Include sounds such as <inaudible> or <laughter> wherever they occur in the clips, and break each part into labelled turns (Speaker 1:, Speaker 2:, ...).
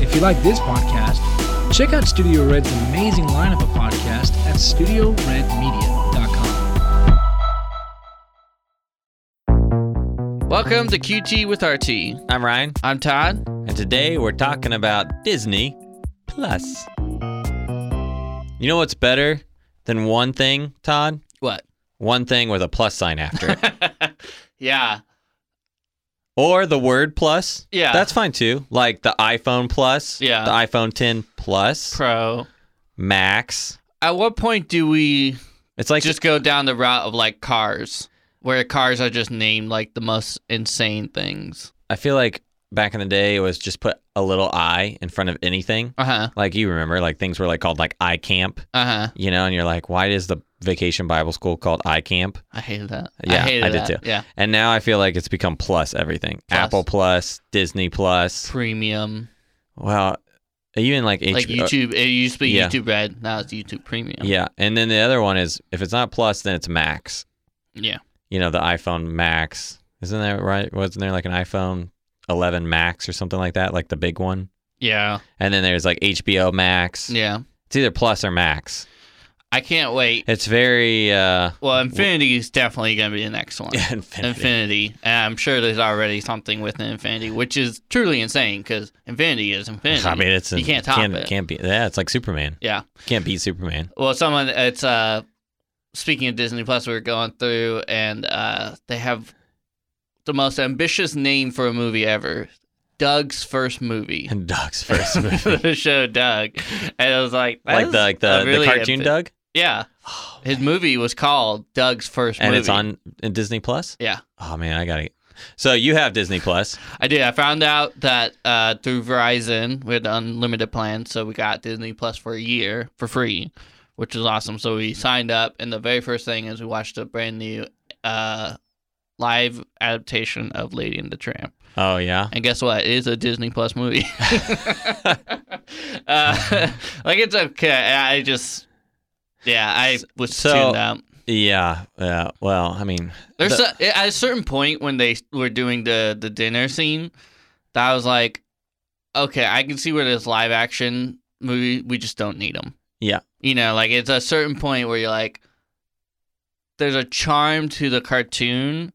Speaker 1: If you like this podcast, check out Studio Red's amazing lineup of podcasts at studioredmedia.com.
Speaker 2: Welcome to QT with RT.
Speaker 3: I'm Ryan,
Speaker 2: I'm Todd.
Speaker 3: and today we're talking about Disney Plus. You know what's better than one thing, Todd?
Speaker 2: What?
Speaker 3: One thing with a plus sign after
Speaker 2: <laughs>
Speaker 3: it.
Speaker 2: yeah.
Speaker 3: or the word plus.
Speaker 2: Yeah.
Speaker 3: That's fine too. Like the iPhone Plus,
Speaker 2: Yeah.
Speaker 3: the iPhone 10 Plus,
Speaker 2: Pro.
Speaker 3: Max.
Speaker 2: At what point do we
Speaker 3: It's like
Speaker 2: just go down the route of like cars, where cars are just named like the most insane things?
Speaker 3: I feel like back in the day it was just put a little i in front of anything.
Speaker 2: Uh huh.
Speaker 3: Like you remember like things were like called like i camp,
Speaker 2: Uh huh.
Speaker 3: you know, and you're like why is the vacation Bible school called i camp?
Speaker 2: I hated that.
Speaker 3: Yeah,
Speaker 2: I, hated
Speaker 3: I did
Speaker 2: that.
Speaker 3: too.
Speaker 2: Yeah.
Speaker 3: And now I feel like it's become plus everything.
Speaker 2: Plus.
Speaker 3: Apple Plus, Disney Plus.
Speaker 2: Premium.
Speaker 3: Well, even like, H-
Speaker 2: like YouTube. It used to be
Speaker 3: yeah.
Speaker 2: YouTube Red. Now it's YouTube Premium.
Speaker 3: Yeah, and then the other one is if it's not Plus, then it's Max.
Speaker 2: Yeah.
Speaker 3: You know, the iPhone Max. Isn't that right? Wasn't there like an iPhone 11 Max or something like that, like the big one?
Speaker 2: Yeah.
Speaker 3: And then there's like HBO Max.
Speaker 2: Yeah.
Speaker 3: It's either Plus or Max.
Speaker 2: I can't wait.
Speaker 3: It's very uh, <laughs>
Speaker 2: Well, Infinity is definitely going to be the next one.
Speaker 3: infinity.
Speaker 2: Infinity. And I'm sure there's already something with Infinity, which is truly insane because Infinity is Infinity.
Speaker 3: I mean, it's
Speaker 2: you can't top
Speaker 3: can't,
Speaker 2: it.
Speaker 3: Can't be. Yeah, it's like Superman.
Speaker 2: Yeah.
Speaker 3: Can't beat Superman. <laughs>
Speaker 2: Well, someone it's uh speaking of Disney Plus, we were going through and uh they have the most ambitious name for a movie ever. Doug's first movie.
Speaker 3: <laughs> And
Speaker 2: <laughs>
Speaker 3: Doug's first movie.
Speaker 2: the show Doug, and I was like, that
Speaker 3: like
Speaker 2: is
Speaker 3: the like
Speaker 2: a
Speaker 3: the,
Speaker 2: really
Speaker 3: the cartoon
Speaker 2: ambi-
Speaker 3: Doug, Oh,
Speaker 2: Yeah, his movie was called Doug's first
Speaker 3: and
Speaker 2: movie.
Speaker 3: it's on in Disney Plus.
Speaker 2: Yeah,
Speaker 3: Oh man, I got to So you have
Speaker 2: <laughs>
Speaker 3: Disney Plus.
Speaker 2: I did. I found out that uh, through Verizon we had the unlimited plan, so we got Disney Plus for a year for free, which was awesome. So we signed up, and the very first thing is we watched a brand new uh, live adaptation of Lady and the Tramp.
Speaker 3: Oh yeah.
Speaker 2: And guess what? It is a Disney Plus movie. <laughs> uh, <laughs> like it's okay. I just yeah, I was
Speaker 3: So-
Speaker 2: tuned out.
Speaker 3: Yeah. Yeah. Well, I mean,
Speaker 2: There's
Speaker 3: The-
Speaker 2: a, at a certain point when they were doing the the dinner scene that I was like, okay, I can see where this live action movie we just don't need them.
Speaker 3: Yeah.
Speaker 2: you know, like it's a certain point where you're like, there's a charm to the cartoon.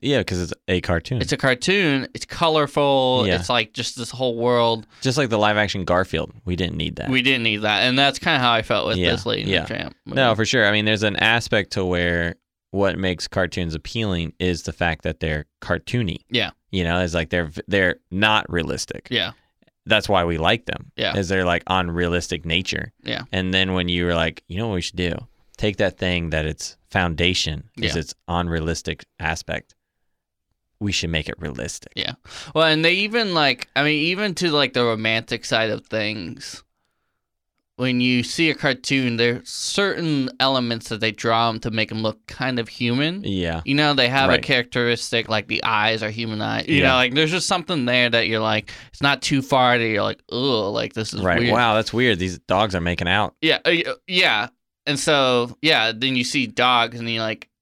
Speaker 3: yeah, because it's a cartoon.
Speaker 2: It's a cartoon. It's colorful.
Speaker 3: Hmm. Yeah.
Speaker 2: It's like just this whole world.
Speaker 3: Just like the live action Garfield, we didn't need that.
Speaker 2: We didn't need that, and that's kind of how I felt with
Speaker 3: Yeah,
Speaker 2: this Lady
Speaker 3: yeah.
Speaker 2: and the Tramp. movie.
Speaker 3: no, for sure. I mean, there's an aspect to where what makes cartoons appealing is the fact that they're cartoony.
Speaker 2: Yeah.
Speaker 3: You know, it's like they're they're not realistic.
Speaker 2: yeah,
Speaker 3: That's why we like them.
Speaker 2: Yeah.
Speaker 3: Is they're like on realistic nature.
Speaker 2: Yeah.
Speaker 3: And then when you were like, you know what we should do? Take that thing that its foundation is
Speaker 2: Yeah.
Speaker 3: its unrealistic aspect. We should make it realistic.
Speaker 2: Yeah. Well, and they even like, I mean, even to like the romantic side of things, when you see a cartoon, there's certain elements that they draw them to make them look kind of human.
Speaker 3: Yeah.
Speaker 2: You know, they have a
Speaker 3: Right.
Speaker 2: characteristic like the eyes are human eyes. You
Speaker 3: Yeah.
Speaker 2: know, like there's just something there that you're like, it's not too far that you're like, ugh, like this is
Speaker 3: right.
Speaker 2: weird.
Speaker 3: Wow, that's weird. These dogs are making out.
Speaker 2: Yeah, uh, y- yeah. And so, yeah, then you see dogs and you're like, <sighs>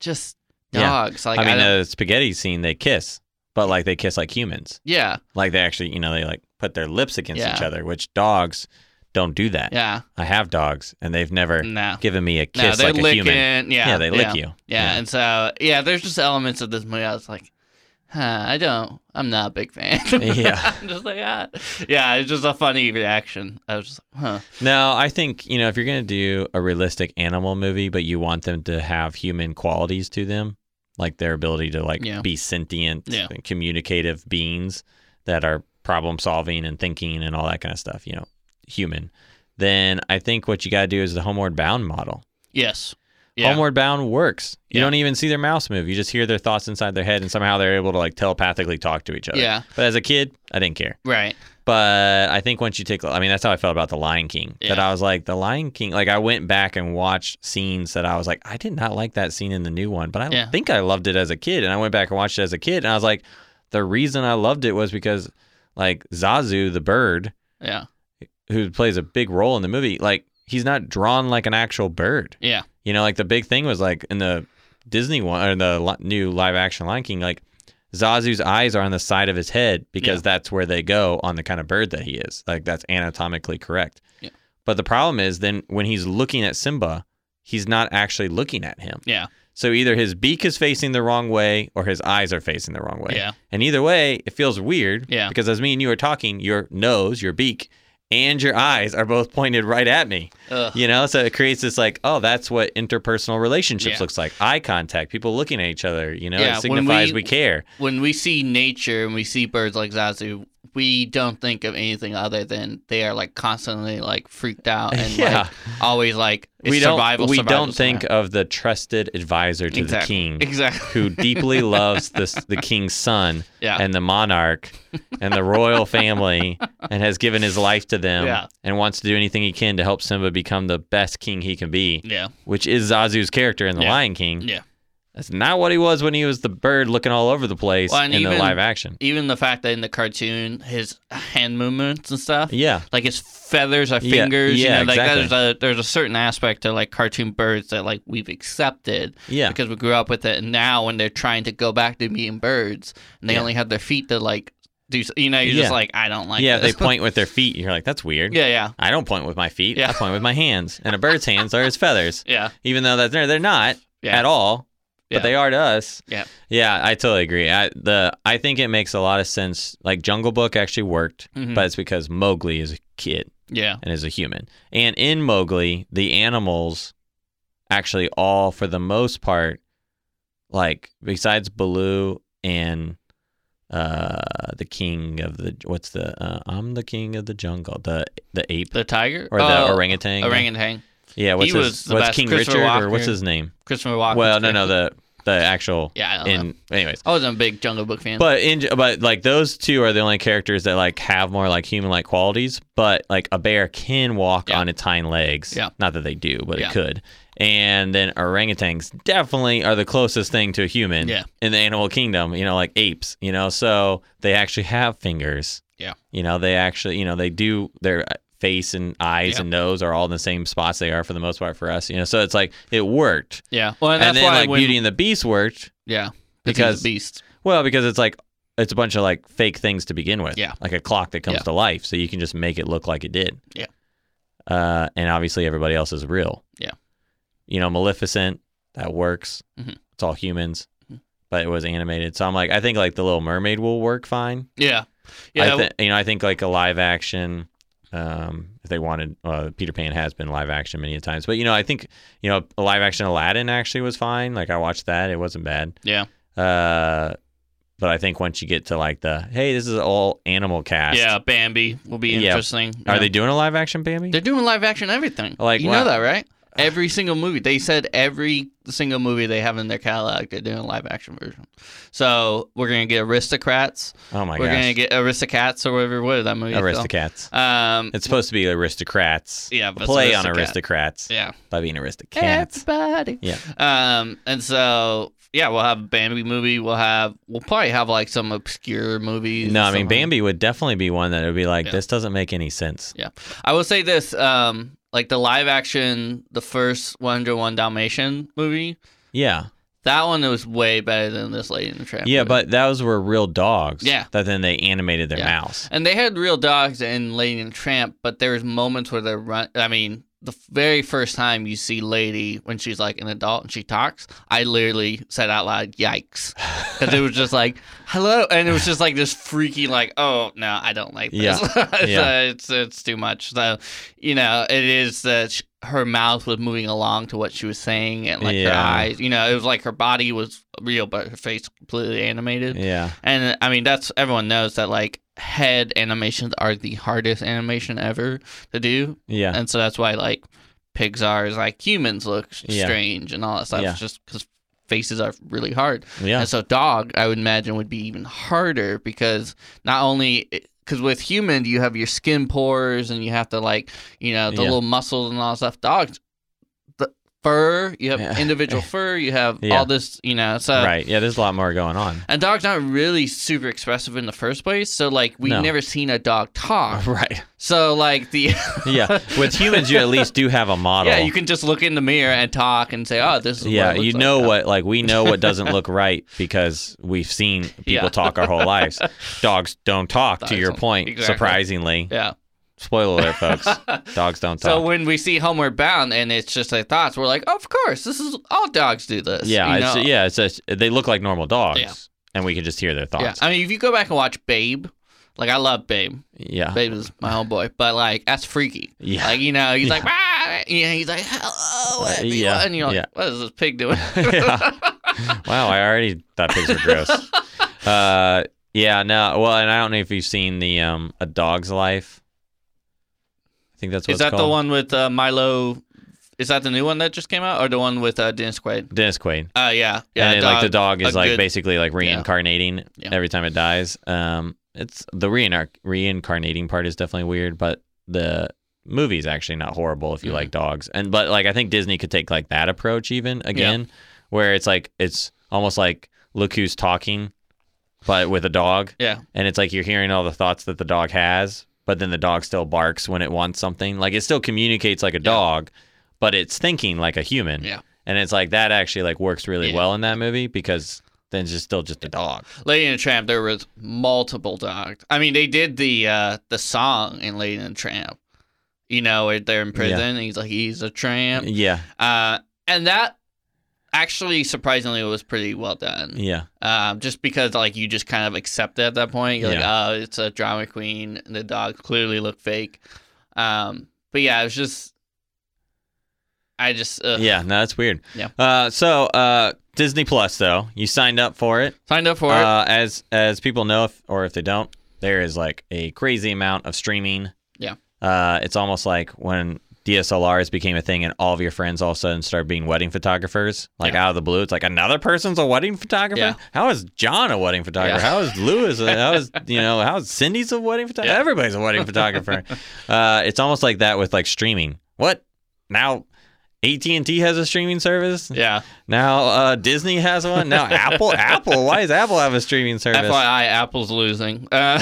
Speaker 2: just
Speaker 3: Yeah.
Speaker 2: dogs. Like,
Speaker 3: I mean, uh,
Speaker 2: don't-
Speaker 3: the spaghetti scene, they kiss, but like they kiss like humans.
Speaker 2: yeah,
Speaker 3: Like they actually, you know, they like put their lips against
Speaker 2: Yeah.
Speaker 3: each other, which dogs don't do that.
Speaker 2: yeah,
Speaker 3: I have dogs, and they've never
Speaker 2: no.
Speaker 3: given me a
Speaker 2: No,
Speaker 3: kiss
Speaker 2: they
Speaker 3: like
Speaker 2: lick
Speaker 3: a human.
Speaker 2: it. Yeah,
Speaker 3: they lick you.
Speaker 2: Yeah, and so yeah, there's just elements of this movie. I was like, huh, I don't, I'm not a big fan. <laughs>
Speaker 3: Yeah.
Speaker 2: I'm just like, ah. yeah, it's just a funny reaction. I was just like, huh,
Speaker 3: No, I think you know if you're gonna do a realistic animal movie, but you want them to have human qualities to them, like their ability to like
Speaker 2: Yeah.
Speaker 3: be sentient,
Speaker 2: Yeah.
Speaker 3: and communicative beings that are problem solving and thinking and all that kind of stuff, you know, human. Then I think what you gotta do is the homeward bound model.
Speaker 2: yes, yeah,
Speaker 3: Homeward bound works. You
Speaker 2: Yeah.
Speaker 3: don't even see their mouth move. You just hear their thoughts inside their head, and somehow they're able to like telepathically talk to each other.
Speaker 2: Yeah.
Speaker 3: But as a kid, I didn't care.
Speaker 2: right,
Speaker 3: But I think once you take, I mean, that's how I felt about The Lion King. That
Speaker 2: Yeah.
Speaker 3: I was like, The Lion King, like, I went back and watched scenes that I was like, I did not like that scene in the new one, but I
Speaker 2: Yeah.
Speaker 3: think I loved it as a kid. And I went back and watched it as a kid. And I was like, the reason I loved it was because, like, Zazu, the bird,
Speaker 2: yeah,
Speaker 3: who plays a big role in the movie, like, he's not drawn like an actual bird.
Speaker 2: yeah,
Speaker 3: You know, like, the big thing was like in the Disney one or the li- new live action Lion King, like, Zazu's eyes are on the side of his head because that's where they go on the kind of bird that he is. Like that's anatomically correct.
Speaker 2: Yeah.
Speaker 3: But the problem is then when he's looking at Simba, he's not actually looking at him.
Speaker 2: Yeah.
Speaker 3: So either his beak is facing the wrong way or his eyes are facing the wrong way.
Speaker 2: Yeah.
Speaker 3: And either way, it feels weird.
Speaker 2: Yeah.
Speaker 3: Because as me and you are talking, your nose, your beak, and your eyes are both pointed right at me.
Speaker 2: Ugh.
Speaker 3: You know, so it creates this like, oh, that's what interpersonal relationships
Speaker 2: Yeah.
Speaker 3: looks like. Eye contact, people looking at each other, you know,
Speaker 2: Yeah,
Speaker 3: it
Speaker 2: when
Speaker 3: signifies
Speaker 2: we-
Speaker 3: we care.
Speaker 2: When we see nature and we see birds like Zazu, we don't think of anything other than they are like constantly like freaked out and
Speaker 3: <laughs> Yeah.
Speaker 2: like always like it's
Speaker 3: we don't
Speaker 2: survival.
Speaker 3: we
Speaker 2: survival,
Speaker 3: don't think
Speaker 2: survival.
Speaker 3: of the trusted advisor to
Speaker 2: Exact-
Speaker 3: the king
Speaker 2: exactly.
Speaker 3: who deeply loves this the king's son
Speaker 2: <laughs> Yeah.
Speaker 3: and the monarch and the royal family and has given his life to them
Speaker 2: Yeah.
Speaker 3: and wants to do anything he can to help Simba become the best king he can be,
Speaker 2: yeah.
Speaker 3: which is Zazu's character in The
Speaker 2: Yeah.
Speaker 3: Lion King.
Speaker 2: Yeah.
Speaker 3: That's not what he was when he was the bird looking all over the place
Speaker 2: Well,
Speaker 3: in
Speaker 2: and
Speaker 3: the
Speaker 2: even-
Speaker 3: live action.
Speaker 2: Even the fact that in the cartoon, his hand movements and stuff,
Speaker 3: Yeah.
Speaker 2: like his feathers are
Speaker 3: Yeah,
Speaker 2: fingers.
Speaker 3: yeah,
Speaker 2: you know, like
Speaker 3: exactly.
Speaker 2: there's a there's a certain aspect to like cartoon birds that like we've accepted
Speaker 3: Yeah.
Speaker 2: because we grew up with it. And now when they're trying to go back to being birds and they
Speaker 3: Yeah.
Speaker 2: only have their feet to like do, s- you know, you're
Speaker 3: Yeah.
Speaker 2: just like I don't like.
Speaker 3: yeah,
Speaker 2: this.
Speaker 3: they point with their feet. You're like, that's weird.
Speaker 2: <laughs> yeah, yeah,
Speaker 3: I don't point with my feet. I
Speaker 2: Yeah.
Speaker 3: point with my hands. And a bird's hands are his feathers.
Speaker 2: yeah,
Speaker 3: Even though that's, they're they're not
Speaker 2: yeah.
Speaker 3: at all, but
Speaker 2: Yeah.
Speaker 3: they are to us.
Speaker 2: Yeah.
Speaker 3: Yeah, I totally agree. I the I think it makes a lot of sense. Like Jungle Book actually worked,
Speaker 2: Mhm.
Speaker 3: but it's because Mowgli is a kid
Speaker 2: yeah,
Speaker 3: and is a human. And in Mowgli, the animals actually all for the most part like besides Baloo and uh the king of the what's the uh, I'm the king of the jungle, the the ape
Speaker 2: the tiger
Speaker 3: or the
Speaker 2: Oh,
Speaker 3: orangutan.
Speaker 2: orangutan,
Speaker 3: Yeah, what's
Speaker 2: He
Speaker 3: his,
Speaker 2: was the
Speaker 3: what's
Speaker 2: best.
Speaker 3: King
Speaker 2: Christopher
Speaker 3: Richard or
Speaker 2: Walken.
Speaker 3: what's his name?
Speaker 2: Christopher Walken.
Speaker 3: well, no, no, the the actual
Speaker 2: yeah, I don't know.
Speaker 3: in anyways.
Speaker 2: I wasn't a big Jungle Book fan.
Speaker 3: But in but like those two are the only characters that like have more like human like qualities. But like a bear can walk
Speaker 2: Yeah.
Speaker 3: on its hind legs.
Speaker 2: Yeah.
Speaker 3: Not that they do, but
Speaker 2: Yeah.
Speaker 3: it could. And then orangutans definitely are the closest thing to a human
Speaker 2: Yeah.
Speaker 3: in the animal kingdom, you know, like apes, you know. So they actually have fingers.
Speaker 2: Yeah.
Speaker 3: You know, they actually, you know, they do their uh, face and eyes
Speaker 2: Yeah.
Speaker 3: and nose are all in the same spots they are for the most part for us, you know. So it's like it worked.
Speaker 2: yeah, well, and
Speaker 3: And,
Speaker 2: that's
Speaker 3: then
Speaker 2: why
Speaker 3: like
Speaker 2: when,
Speaker 3: Beauty and the Beast worked
Speaker 2: yeah, because
Speaker 3: because-
Speaker 2: beast.
Speaker 3: well, because it's like it's a bunch of like fake things to begin with.
Speaker 2: Yeah.
Speaker 3: Like a clock that comes
Speaker 2: Yeah.
Speaker 3: to life, so you can just make it look like it did.
Speaker 2: Yeah.
Speaker 3: Uh, and obviously everybody else is real.
Speaker 2: Yeah.
Speaker 3: You know, Maleficent that works.
Speaker 2: Mhm.
Speaker 3: It's all humans,
Speaker 2: Mhm.
Speaker 3: but it was animated. So I'm like, I think like the Little Mermaid will work fine.
Speaker 2: Yeah,
Speaker 3: I
Speaker 2: yeah,
Speaker 3: thi- you know, I think like a live action. Um, if they wanted, uh, Peter Pan has been live action many times, but you know, I think you know, a live action Aladdin actually was fine. Like I watched that; it wasn't bad.
Speaker 2: yeah,
Speaker 3: Uh, but I think once you get to like the hey, this is all animal cast.
Speaker 2: yeah. Bambi will be
Speaker 3: Yeah.
Speaker 2: interesting.
Speaker 3: Are
Speaker 2: Yeah.
Speaker 3: they doing a live action Bambi?
Speaker 2: They're doing live action everything.
Speaker 3: Like
Speaker 2: you
Speaker 3: what?
Speaker 2: know that, right? Every single movie. They said every single movie they have in their catalog, they're doing a live action version. So we're gonna get Aristocrats.
Speaker 3: oh my
Speaker 2: we're gonna
Speaker 3: gosh,
Speaker 2: get Aristocats or whatever. What is that movie? called?
Speaker 3: Aristocats.
Speaker 2: Um.
Speaker 3: It's supposed to be aristocrats.
Speaker 2: yeah. but it's
Speaker 3: Play on
Speaker 2: Aristocat.
Speaker 3: aristocrats
Speaker 2: Yeah. Eh.
Speaker 3: by being aristocats.
Speaker 2: Everybody.
Speaker 3: Yeah.
Speaker 2: Um. And so yeah, we'll have a Bambi movie. We'll have. We'll probably have like some obscure movies.
Speaker 3: No, I mean
Speaker 2: somehow.
Speaker 3: Bambi would definitely be one that would be like
Speaker 2: Yeah.
Speaker 3: this doesn't make any sense.
Speaker 2: I will say this. Um. Like the live action, the first 101 Dalmatian movie.
Speaker 3: Yeah,
Speaker 2: That one was way better than this Lady in the Tramp.
Speaker 3: yeah,
Speaker 2: movie.
Speaker 3: but those were real dogs.
Speaker 2: Yeah.
Speaker 3: that then they animated their
Speaker 2: Yeah.
Speaker 3: mouse.
Speaker 2: and they had real dogs in Lady and the Tramp, but there was moments where they're run. I mean, the very first time you see Lady when she's like an adult and she talks, I literally said out loud,
Speaker 3: <laughs>
Speaker 2: "Yikes!" because it was just like "Hello," and it was just like this freaky, like, "Oh no, I don't like this.
Speaker 3: Yeah.
Speaker 2: <laughs> So
Speaker 3: Yeah.
Speaker 2: it's it's too much." So you know, it is that sh her mouth was moving along to what she was saying, and like her
Speaker 3: Yeah.
Speaker 2: eyes. You know, it was like her body was real, but her face completely animated.
Speaker 3: Yeah,
Speaker 2: And I mean, that's everyone knows that like head animations are the hardest animation ever to do,
Speaker 3: yeah,
Speaker 2: and so that's why like Pixar is like humans look s-
Speaker 3: Yeah.
Speaker 2: strange and all that stuff,
Speaker 3: Yeah.
Speaker 2: It's just because faces are really hard.
Speaker 3: yeah,
Speaker 2: And so dog, I would imagine, would be even harder because not only because with human you have your skin pores and you have to like you know the
Speaker 3: Yeah.
Speaker 2: little muscles and all that stuff. Dogs, the fur. You have
Speaker 3: Yeah. <laughs>
Speaker 2: individual fur. You have
Speaker 3: Yeah.
Speaker 2: all this, you know. So
Speaker 3: right. Yeah, there's a lot more
Speaker 2: <laughs>
Speaker 3: going on.
Speaker 2: and dog's not really super expressive in the first place. So like we've
Speaker 3: No.
Speaker 2: never seen a dog talk.
Speaker 3: Right.
Speaker 2: So like the
Speaker 3: Yeah. With humans, you <laughs> at least do have a
Speaker 2: <laughs>
Speaker 3: model.
Speaker 2: yeah, you can just look in the mirror and talk and say, oh, this is what
Speaker 3: Yeah,
Speaker 2: it looks
Speaker 3: you
Speaker 2: like
Speaker 3: know
Speaker 2: now.
Speaker 3: what? Like we know what doesn't
Speaker 2: <laughs>
Speaker 3: look right because we've seen people
Speaker 2: Yeah.
Speaker 3: talk our whole
Speaker 2: <laughs>
Speaker 3: lives. Dogs don't talk. to
Speaker 2: Dogs
Speaker 3: your
Speaker 2: don't-
Speaker 3: point,
Speaker 2: exactly.
Speaker 3: surprisingly,
Speaker 2: Yeah.
Speaker 3: spoiler
Speaker 2: <laughs>
Speaker 3: alert, folks. Dogs don't talk.
Speaker 2: So when we see Homeward Bound and it's just like thoughts, we're like, of course, this is all dogs do this.
Speaker 3: yeah,
Speaker 2: you
Speaker 3: it's,
Speaker 2: know?
Speaker 3: yeah. It's just, they look like normal dogs,
Speaker 2: Yeah.
Speaker 3: and we can just hear their
Speaker 2: yeah.
Speaker 3: thoughts.
Speaker 2: I mean, if you go back and watch Babe, like I love Babe. <laughs>
Speaker 3: Yeah,
Speaker 2: Babe is
Speaker 3: <laughs>
Speaker 2: my homeboy, but like that's freaky.
Speaker 3: yeah.
Speaker 2: Like you know, he's
Speaker 3: Yeah.
Speaker 2: like, ah, you know, he's like, hello,
Speaker 3: Uh,
Speaker 2: everyone.
Speaker 3: yeah,
Speaker 2: and you're like,
Speaker 3: yeah.
Speaker 2: what is this pig doing?
Speaker 3: <laughs>
Speaker 2: <laughs>
Speaker 3: Yeah. wow, I already thought pigs were
Speaker 2: <laughs>
Speaker 3: gross. uh, yeah, no. Well, and I don't know if you've seen the um, A Dog's Life. I think that's what
Speaker 2: is
Speaker 3: it's
Speaker 2: that the
Speaker 3: called.
Speaker 2: one with uh, Milo? Is that the new one that just came out, or the one with uh, Dennis Quaid?
Speaker 3: Dennis Quaid.
Speaker 2: Uh, yeah, yeah.
Speaker 3: and it, like the dog
Speaker 2: a
Speaker 3: is like
Speaker 2: good-
Speaker 3: basically like reincarnating
Speaker 2: Yeah.
Speaker 3: every time it dies. Um, it's the reinar- reincarnating part is definitely weird, but the movie's actually not horrible if you
Speaker 2: Mhm.
Speaker 3: like dogs. And but like I think Disney could take like that approach even again, where it's like it's almost like look who's talking, but with a dog,
Speaker 2: yeah,
Speaker 3: and it's like you're hearing all the thoughts that the dog has, but then the dog still barks when it wants something. Like it still communicates like a dog, but it's thinking like a human.
Speaker 2: Yeah.
Speaker 3: And it's like that actually like works really
Speaker 2: Yeah.
Speaker 3: well in that movie because then it's just still just a dog.
Speaker 2: Lady and the Tramp. There was multiple dogs. I mean, they did the uh, the song in Lady and the Tramp. You know, where they're in prison. And he's like, he's a tramp.
Speaker 3: Yeah.
Speaker 2: Uh, and that actually surprisingly was pretty well done.
Speaker 3: Yeah.
Speaker 2: um, just because like you just kind of accept it at that point. You're like, oh, it's a drama queen. and The dogs clearly look fake. Um, but yeah, it was just, I just ugh.
Speaker 3: Yeah. No, that's weird.
Speaker 2: Yeah.
Speaker 3: Uh so uh Disney Plus though, you signed up for it.
Speaker 2: signed up for it.
Speaker 3: Uh as as people know if or if they don't, there is like a crazy amount of streaming.
Speaker 2: Yeah.
Speaker 3: Uh it's almost like when DSLRs became a thing and all of your friends all of a sudden started being wedding photographers. Like out of the blue, it's like another person's a wedding photographer?
Speaker 2: Yeah.
Speaker 3: How is John a wedding photographer?
Speaker 2: Yeah.
Speaker 3: How is Lewis a-
Speaker 2: <laughs>
Speaker 3: how is you know, how is Cindy's a wedding photographer?
Speaker 2: Yeah.
Speaker 3: Everybody's a wedding
Speaker 2: <laughs>
Speaker 3: photographer. Uh it's almost like that with like streaming. What? Now AT&T has a streaming service.
Speaker 2: Yeah.
Speaker 3: Now uh, Disney has
Speaker 2: <laughs>
Speaker 3: one. Now Apple, Apple. Why does Apple have a streaming service?
Speaker 2: FYI, Apple's losing. <laughs> Uh,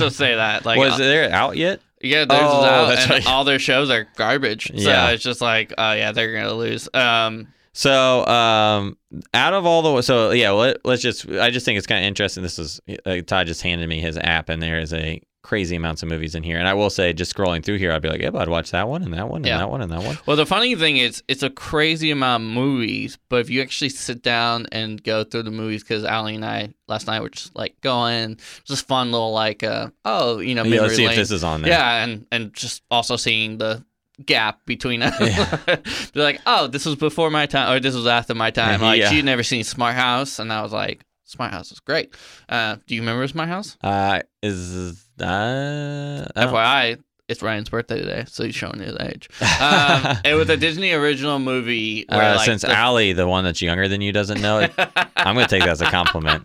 Speaker 2: just say that. Like, uh,
Speaker 3: Was it out yet?
Speaker 2: yeah, theirs
Speaker 3: Oh,
Speaker 2: is out,
Speaker 3: that's
Speaker 2: and
Speaker 3: right.
Speaker 2: all their shows are garbage.
Speaker 3: Yeah.
Speaker 2: So it's just like, oh yeah, they're gonna lose. Um,
Speaker 3: So, um, out of all the so yeah, let, let's just. I just think it's kind of interesting. This is uh, Todd just handed me his app, and there is a crazy amounts of movies in here. And I will say, just scrolling through here, I'd be like, yep, I'd watch that one and that one and
Speaker 2: Yeah.
Speaker 3: that one and that one.
Speaker 2: Well, the funny thing is, it's a crazy amount of movies, but if you actually sit down and go through the movies, because Ali and I last night were just like going, just fun little like, uh, oh, you know,
Speaker 3: yeah,
Speaker 2: memory
Speaker 3: let's see
Speaker 2: lane.
Speaker 3: if this is on there.
Speaker 2: yeah, and and just also seeing the gap between us. <laughs> They're like, oh, this was before my time, or this was after my
Speaker 3: <laughs>
Speaker 2: time. Like
Speaker 3: Yeah.
Speaker 2: she'd never seen Smart House, and I was like, Smart House is great. Uh, do you remember Smart House?
Speaker 3: Uh, is uh, I don't-
Speaker 2: FYI, it's Ryan's birthday today, so he's showing his
Speaker 3: <laughs>
Speaker 2: age. Um, it was a Disney original movie. Where,
Speaker 3: uh,
Speaker 2: like,
Speaker 3: since
Speaker 2: the-
Speaker 3: Ali, the one that's younger than you, doesn't know it, I'm gonna take that as
Speaker 2: <laughs>
Speaker 3: a compliment.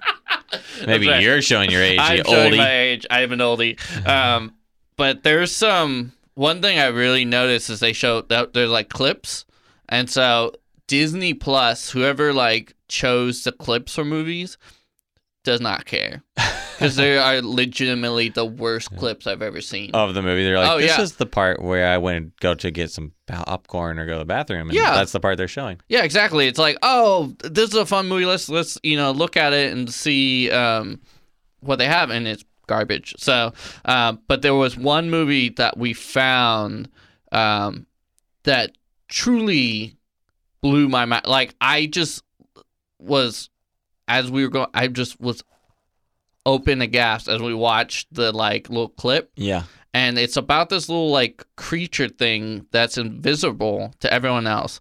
Speaker 3: Maybe
Speaker 2: That's right.
Speaker 3: you're showing your age,
Speaker 2: I'm
Speaker 3: you
Speaker 2: showing
Speaker 3: oldie.
Speaker 2: my age. I am an oldie. Um, but there's some one thing I really noticed is they show that there's like clips, and so Disney Plus, whoever like chose the clips for movies, does not
Speaker 3: <laughs>
Speaker 2: care because they are legitimately the worst clips I've ever seen.
Speaker 3: of the movie. They're like,
Speaker 2: Oh,
Speaker 3: this
Speaker 2: yeah.
Speaker 3: is the part where I went and go to get some popcorn or go to the bathroom. And
Speaker 2: Yeah.
Speaker 3: that's the part they're showing.
Speaker 2: Yeah, exactly. It's like, oh, this is a fun movie. Let's let's you know look at it and see um, what they have, and it's garbage. So, uh, but there was one movie that we found um, that truly blew my mind. Like I just was as we were going, I just was open aghast as we watched the like little clip
Speaker 3: Yeah.
Speaker 2: and it's about this little like creature thing that's invisible to everyone else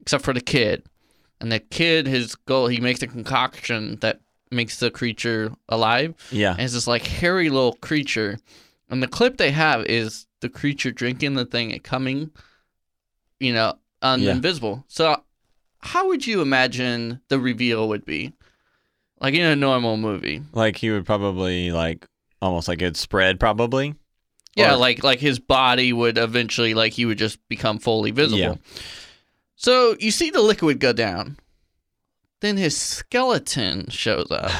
Speaker 2: except for the kid and the kid his goal he makes a concoction that makes the creature alive
Speaker 3: Yeah.
Speaker 2: and it's this like hairy little creature and the clip they have is the creature drinking the thing and coming you know un-
Speaker 3: Yeah.
Speaker 2: invisible so how would you imagine the reveal would be like in a normal movie
Speaker 3: Like he would probably like almost like it'd spread probably.
Speaker 2: Yeah,
Speaker 3: Or-
Speaker 2: like like his body would eventually like he would just become fully visible.
Speaker 3: Yeah.
Speaker 2: So you see the liquid go down. Then his skeleton shows
Speaker 3: <laughs>
Speaker 2: up.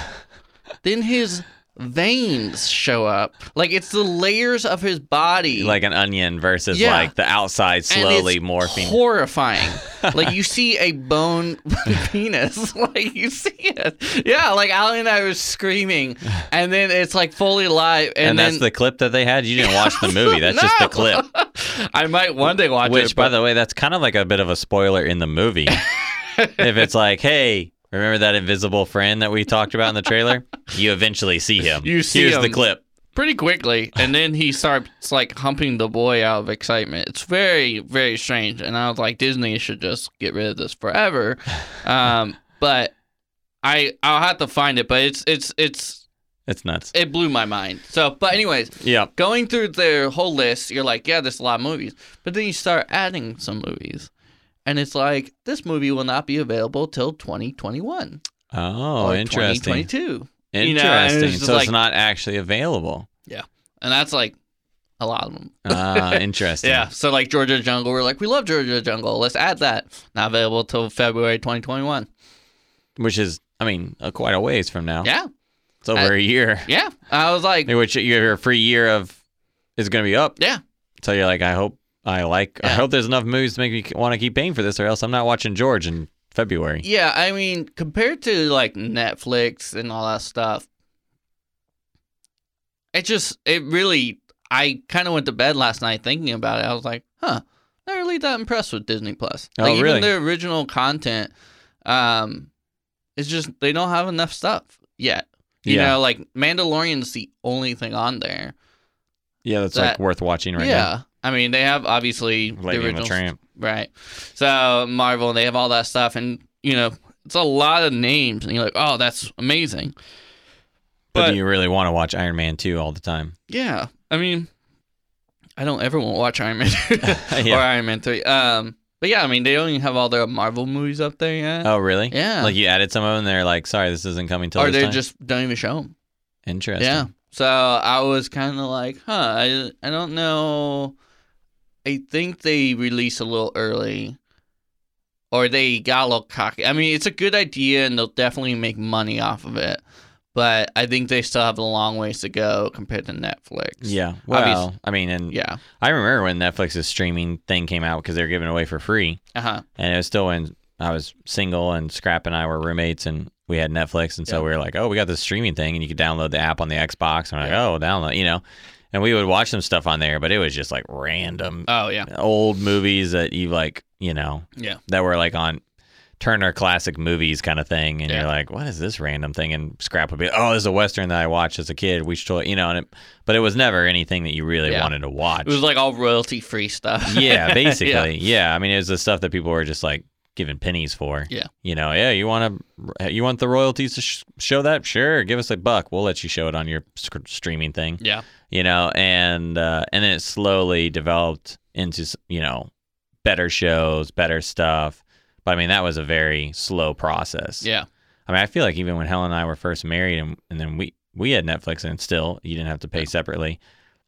Speaker 2: then his veins show up. Like it's the layers of his body.
Speaker 3: Like an onion versus
Speaker 2: Yeah.
Speaker 3: like the outside
Speaker 2: and
Speaker 3: slowly
Speaker 2: it's
Speaker 3: morphing.
Speaker 2: Horrifying.
Speaker 3: <laughs>
Speaker 2: like you see a bone <laughs> penis. <laughs> Like you see it. Yeah, like Alan and I were
Speaker 3: <laughs>
Speaker 2: screaming. And then it's like fully alive. And,
Speaker 3: and
Speaker 2: then
Speaker 3: that's the clip that they had. You didn't watch
Speaker 2: <laughs>
Speaker 3: the movie. That's just the clip.
Speaker 2: I might one day watch
Speaker 3: Which,
Speaker 2: it.
Speaker 3: by
Speaker 2: but-
Speaker 3: the way, that's kind of like a bit of a spoiler in
Speaker 2: <laughs>
Speaker 3: the movie. if it's like, hey, remember that invisible friend that we talked about in the trailer? You eventually see him.
Speaker 2: You see
Speaker 3: Here's the
Speaker 2: him.
Speaker 3: clip.
Speaker 2: pretty quickly and then he starts like humping the boy out of excitement it's very very strange and i was like disney should just get rid of this forever um but i i'll have to find it but it's it's it's
Speaker 3: It's nuts.
Speaker 2: it blew my mind so but anyways
Speaker 3: Yeah.
Speaker 2: going through their whole list you're like yeah there's a lot of movies but then you start adding some movies and it's like this movie will not be available till 2021
Speaker 3: Oh,
Speaker 2: or
Speaker 3: interesting.
Speaker 2: 2022
Speaker 3: Interesting.
Speaker 2: You know, and it's just
Speaker 3: so
Speaker 2: like-
Speaker 3: it's not actually available.
Speaker 2: and that's like a lot of them <laughs>
Speaker 3: Ah, interesting.
Speaker 2: Yeah. So like Georgia Jungle, we're like, we love Georgia Jungle. Let's add that. Not available till February 2021.
Speaker 3: Which is, I mean, uh, quite a ways from now.
Speaker 2: Yeah.
Speaker 3: It's over a year.
Speaker 2: Yeah. I was like,
Speaker 3: Which your free year of is going to be up.
Speaker 2: yeah.
Speaker 3: So you're like, I hope I like, I
Speaker 2: Yeah.
Speaker 3: hope there's enough movies to make me want to keep paying for this, or else I'm not watching George in February.
Speaker 2: Yeah. I mean, compared to like Netflix and all that stuff, it just, it really, I kind of went to bed last night thinking about it. I was like, huh, not really that impressed with Disney Plus.
Speaker 3: Oh,
Speaker 2: like,
Speaker 3: really?
Speaker 2: Even their original content, um, it's just, they don't have enough stuff yet. You
Speaker 3: yeah,
Speaker 2: know, like Mandalorian's the only thing on there.
Speaker 3: yeah, that's like
Speaker 2: that-
Speaker 3: worth watching right
Speaker 2: yeah. I mean, they have obviously
Speaker 3: now. Lady
Speaker 2: the
Speaker 3: and the
Speaker 2: original,
Speaker 3: Tramp.
Speaker 2: right? So Marvel, they have all that stuff, and you know, it's a lot of names, and you're like, oh, that's amazing.
Speaker 3: But,
Speaker 2: But-
Speaker 3: do you really want to watch Iron Man 2 all the time?
Speaker 2: Yeah, I mean, I don't ever want to watch Iron Man <laughs> or
Speaker 3: <laughs> yeah.
Speaker 2: Iron Man three. Um, but yeah, I mean, they don't even have all their Marvel movies up there yet,
Speaker 3: oh, really?
Speaker 2: Yeah.
Speaker 3: Like you added some of them, and they're like, sorry, this isn't coming till
Speaker 2: or
Speaker 3: this
Speaker 2: they
Speaker 3: time?
Speaker 2: just don't even show them.
Speaker 3: Interesting.
Speaker 2: Yeah. So I was kind of like, huh, I, I don't know. I think they released a little early or they got a little cocky. I mean, it's a good idea and they'll definitely make money off of it. But I think they still have a long ways to go compared to Netflix.
Speaker 3: Yeah. Well, I mean, and
Speaker 2: Yeah.
Speaker 3: I remember when Netflix's streaming thing came out because they were giving it away for free.
Speaker 2: Uh huh.
Speaker 3: And it was still when I was single and Scrap and I were roommates and we had Netflix. And so
Speaker 2: Yeah.
Speaker 3: we were like, oh, we got this streaming thing and you could download the app on the Xbox. And we're like,
Speaker 2: Yeah.
Speaker 3: oh, download, you know. And we would watch some stuff on there, but it was just like random
Speaker 2: Oh, yeah.
Speaker 3: old movies that you like, you know,
Speaker 2: Yeah.
Speaker 3: that were like on Turner Classic Movies kind of thing. And
Speaker 2: Yeah.
Speaker 3: you're like, what is this random thing? And Scrap would be, oh, there's a Western that I watched as a kid. We should, totally-" you know, and it, but it was never anything that you really
Speaker 2: Yeah.
Speaker 3: wanted to watch
Speaker 2: It was like all royalty free stuff.
Speaker 3: <laughs> yeah, basically. yeah. I mean, it was the stuff that people were just like giving pennies for.
Speaker 2: Yeah.
Speaker 3: You know, yeah, you want to, you want the royalties to sh- show that? Sure, give us a buck. We'll let you show it on your sc- streaming thing.
Speaker 2: <laughs> yeah.
Speaker 3: You know, and uh, and then it slowly developed into s- you know better shows, better stuff. But I mean, that was a very slow process.
Speaker 2: Yeah.
Speaker 3: I mean, I feel like even when Helen and I were first married, and, and then we we had Netflix, and still you didn't have to pay separately.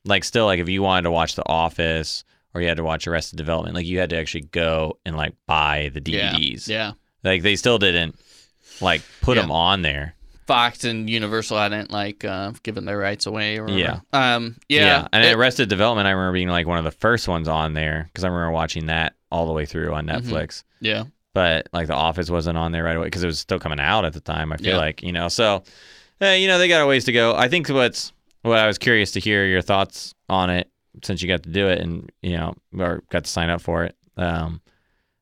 Speaker 3: Like, still, like if you wanted to watch The Office or you had to watch Arrested Development, like you had to actually go and like buy the
Speaker 2: Yeah.
Speaker 3: DVDs.
Speaker 2: Yeah.
Speaker 3: Like they still didn't like put
Speaker 2: Yeah.
Speaker 3: them on there.
Speaker 2: Fox and Universal hadn't like uh, given their rights away or whatever. Um, yeah.
Speaker 3: And
Speaker 2: It-
Speaker 3: Arrested Development, I remember being like one of the first ones on there because I remember watching that all the way through on
Speaker 2: Mhm.
Speaker 3: Netflix.
Speaker 2: yeah.
Speaker 3: but like the office wasn't on there right away because it was still coming out at the time. I feel
Speaker 2: Yeah.
Speaker 3: like you know, so eh, you know they got a ways to go. I think what's what I was curious to hear your thoughts on it since you got to do it and you know or got to sign up for it. Um,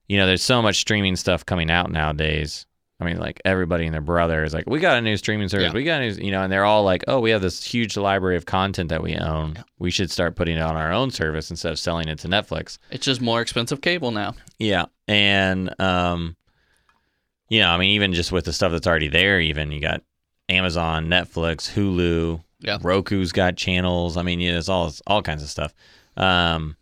Speaker 3: you know, there's so much streaming stuff coming out nowadays. I mean, like everybody and their brother is like, we got a new streaming service.
Speaker 2: Yeah.
Speaker 3: We got a new, you know, and they're all like, oh, we have this huge library of content that we own.
Speaker 2: Yeah.
Speaker 3: We should start putting it on our own service instead of selling it to Netflix.
Speaker 2: It's just more expensive cable now.
Speaker 3: Yeah. And um you know, I mean even just with the stuff that's already there even you got Amazon, Netflix, Hulu,
Speaker 2: Yeah.
Speaker 3: Roku's got channels. I mean, yeah, it's all it's all kinds of stuff. Um